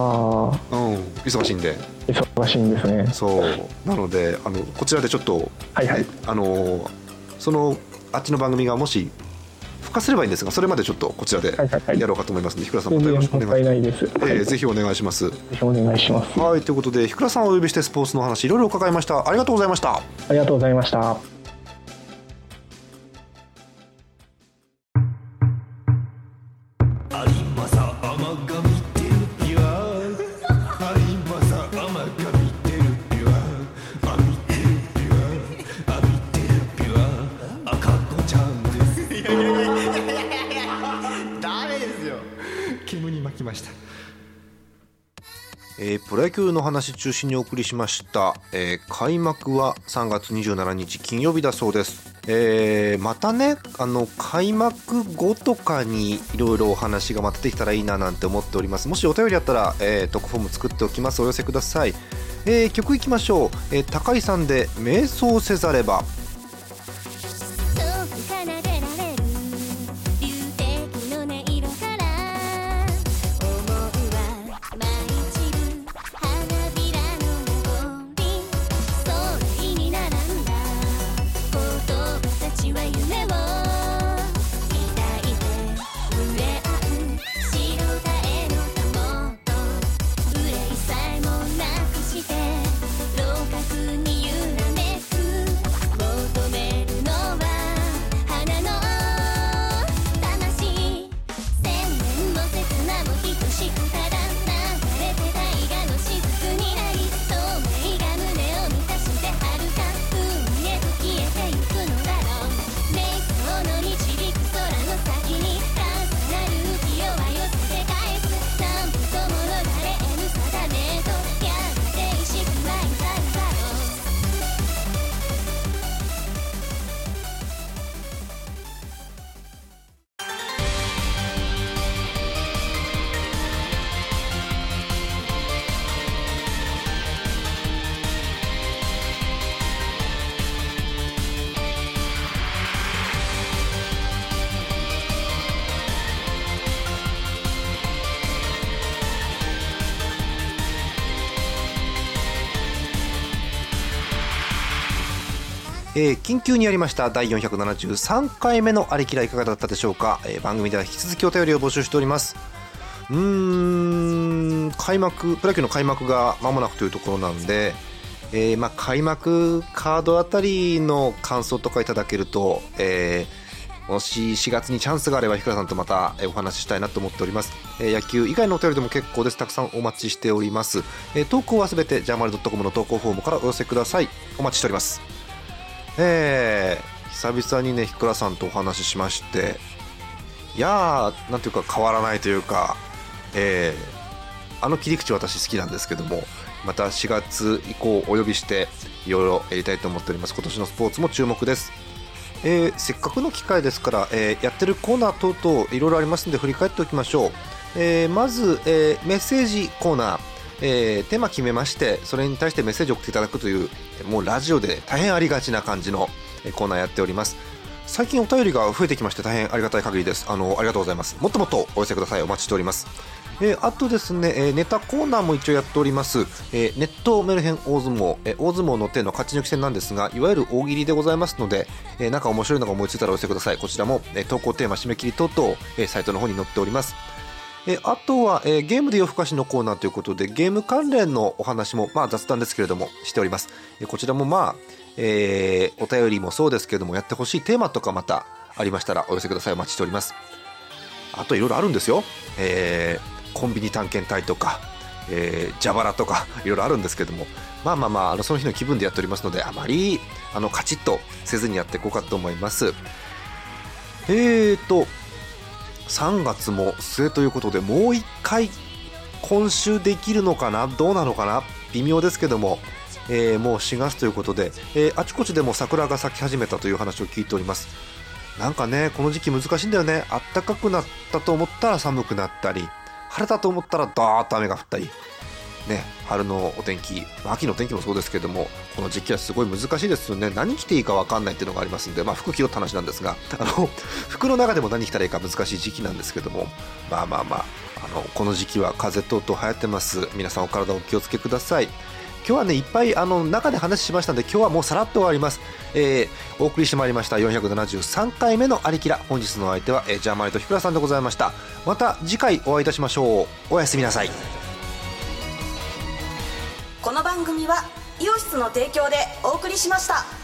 A: う
E: あ
A: ん、忙しいんで
E: 忙しいんですね
A: そうなのであのこちらでちょっと、
E: はいはい
A: ねあのそのあっちの番組がもし復活すればいいんですがそれまでちょっとこちらで
E: はいはいはい
A: やろうかと思いますので、日倉さん
E: 全
A: またよ
E: 然
A: ろしくお
E: 問
A: 願いしま
E: 題ないです、
A: す、
E: は
A: え
E: い
A: え
E: ぜ
A: ぜひお願いします
E: ひお願いします
A: はい、ということで、ひくらさんをお呼びしてスポーツのお話、いろいろ伺いました。ありがとうございました。
E: ありがとうございました
F: 有正甘が見てるいわ有正甘が見てるいわあ見てるいわあ見てるいわ赤子ちゃんですいやいやいやいやいやダメですよ煙に巻きました
A: えープロ野球の話中心にお送りしました、えー開幕は3月27日金曜日だそうです、えーまたねあの開幕後とかにいろいろお話がまたできたらいいななんて思っておりますもしお便りあったら、えー、トコフォーム作っておきますお寄せください、えー曲いきましょう、えー高井さんで「瞑想せざれば」
G: 「遠く奏でられる」「流滴の音色から」「思うは舞い散る」「花びらの残り」「空に並んだ」「言葉たちは夢を」「抱いて触れ合う」「白たえのたもと」「憂いさえもなくして」「老角に揺らめく」「求めるのは花の魂」「千年も刹那も等しくただ流れて大河の雫になり」「透明が胸を満たして遥か海へと消えてゆくのだろう」「瞑想の導く空の先に重なる浮世は寄せて返す」「何ともの誰への定めとやがて意識は至るだろう」
A: えー緊急にやりました第473回目のありきらいかがだったでしょうか、えー番組では引き続きお便りを募集しておりますうーん開幕プロ野球の開幕が間もなくというところなんで、えーまあ、開幕カードあたりの感想とかいただけると、えーもし4月にチャンスがあればひくらさんとまたえーお話ししたいなと思っております、えー野球以外のお便りでも結構ですたくさんお待ちしております、えー投稿はすべてジャーマルドットコムの投稿フォームからお寄せくださいお待ちしておりますえー久々にねひくらさんとお話ししましていやーなんていうか変わらないというか、えーあの切り口私好きなんですけどもまた4月以降お呼びしていろいろやりたいと思っております今年のスポーツも注目です、えーせっかくの機会ですから、えーやってるコーナー等々いろいろありますので振り返っておきましょう、えーまず、えーメッセージコーナーえーテーマ決めましてそれに対してメッセージを送っていただくというもうラジオで大変ありがちな感じのえーコーナーやっております最近お便りが増えてきまして大変ありがたい限りですあのありがとうございますもっともっとお寄せくださいお待ちしておりますえーあとですね、えーネタコーナーも一応やっております、えーネットメルヘン大相撲、えー大相撲の手の勝ち抜き戦なんですがいわゆる大喜利でございますので、えーなんか面白いのが思いついたらお寄せくださいこちらも、えー投稿テーマ締め切り等々、えーサイトの方に載っておりますえーあとは、えーゲームで夜更かしのコーナーということでゲーム関連のお話も、まあ、雑談ですけれどもしております、えーこちらもまあ、えーお便りもそうですけれどもやってほしいテーマとかまたありましたらお寄せくださいお待ちしておりますあといろいろあるんですよ、えーコンビニ探検隊とか、えー、蛇腹とかいろいろあるんですけどもまあまあまああのその日の気分でやっておりますのであまりあのカチッとせずにやっていこうかと思いますえーと3月も末ということでもう1回今週できるのかなどうなのかな微妙ですけども、えーもう4月ということで、えーあちこちでも桜が咲き始めたという話を聞いておりますなんかねこの時期難しいんだよねあったかくなったと思ったら寒くなったり晴れたと思ったらダーッと雨が降ったりね春のお天気まあ秋のお天気もそうですけどもこの時期はすごい難しいですよね何着ていいか分かんないっていうのがありますんでまあ服着ろって話なんですが <laughs> あの服の中でも何着たらいいか難しい時期なんですけどもまあまあまああのこの時期は風邪等々流行ってます皆さんお体お気をつけください今日はねいっぱいあの中で話しましたので今日はもうさらっと終わります、えーお送りしてまいりました473回目の「ありきら」本日のお相手は、えージャーマネとひくらさんでございましたまた次回お会いいたしましょうおやすみなさい
B: この番組はイオシスの提供でお送りしました。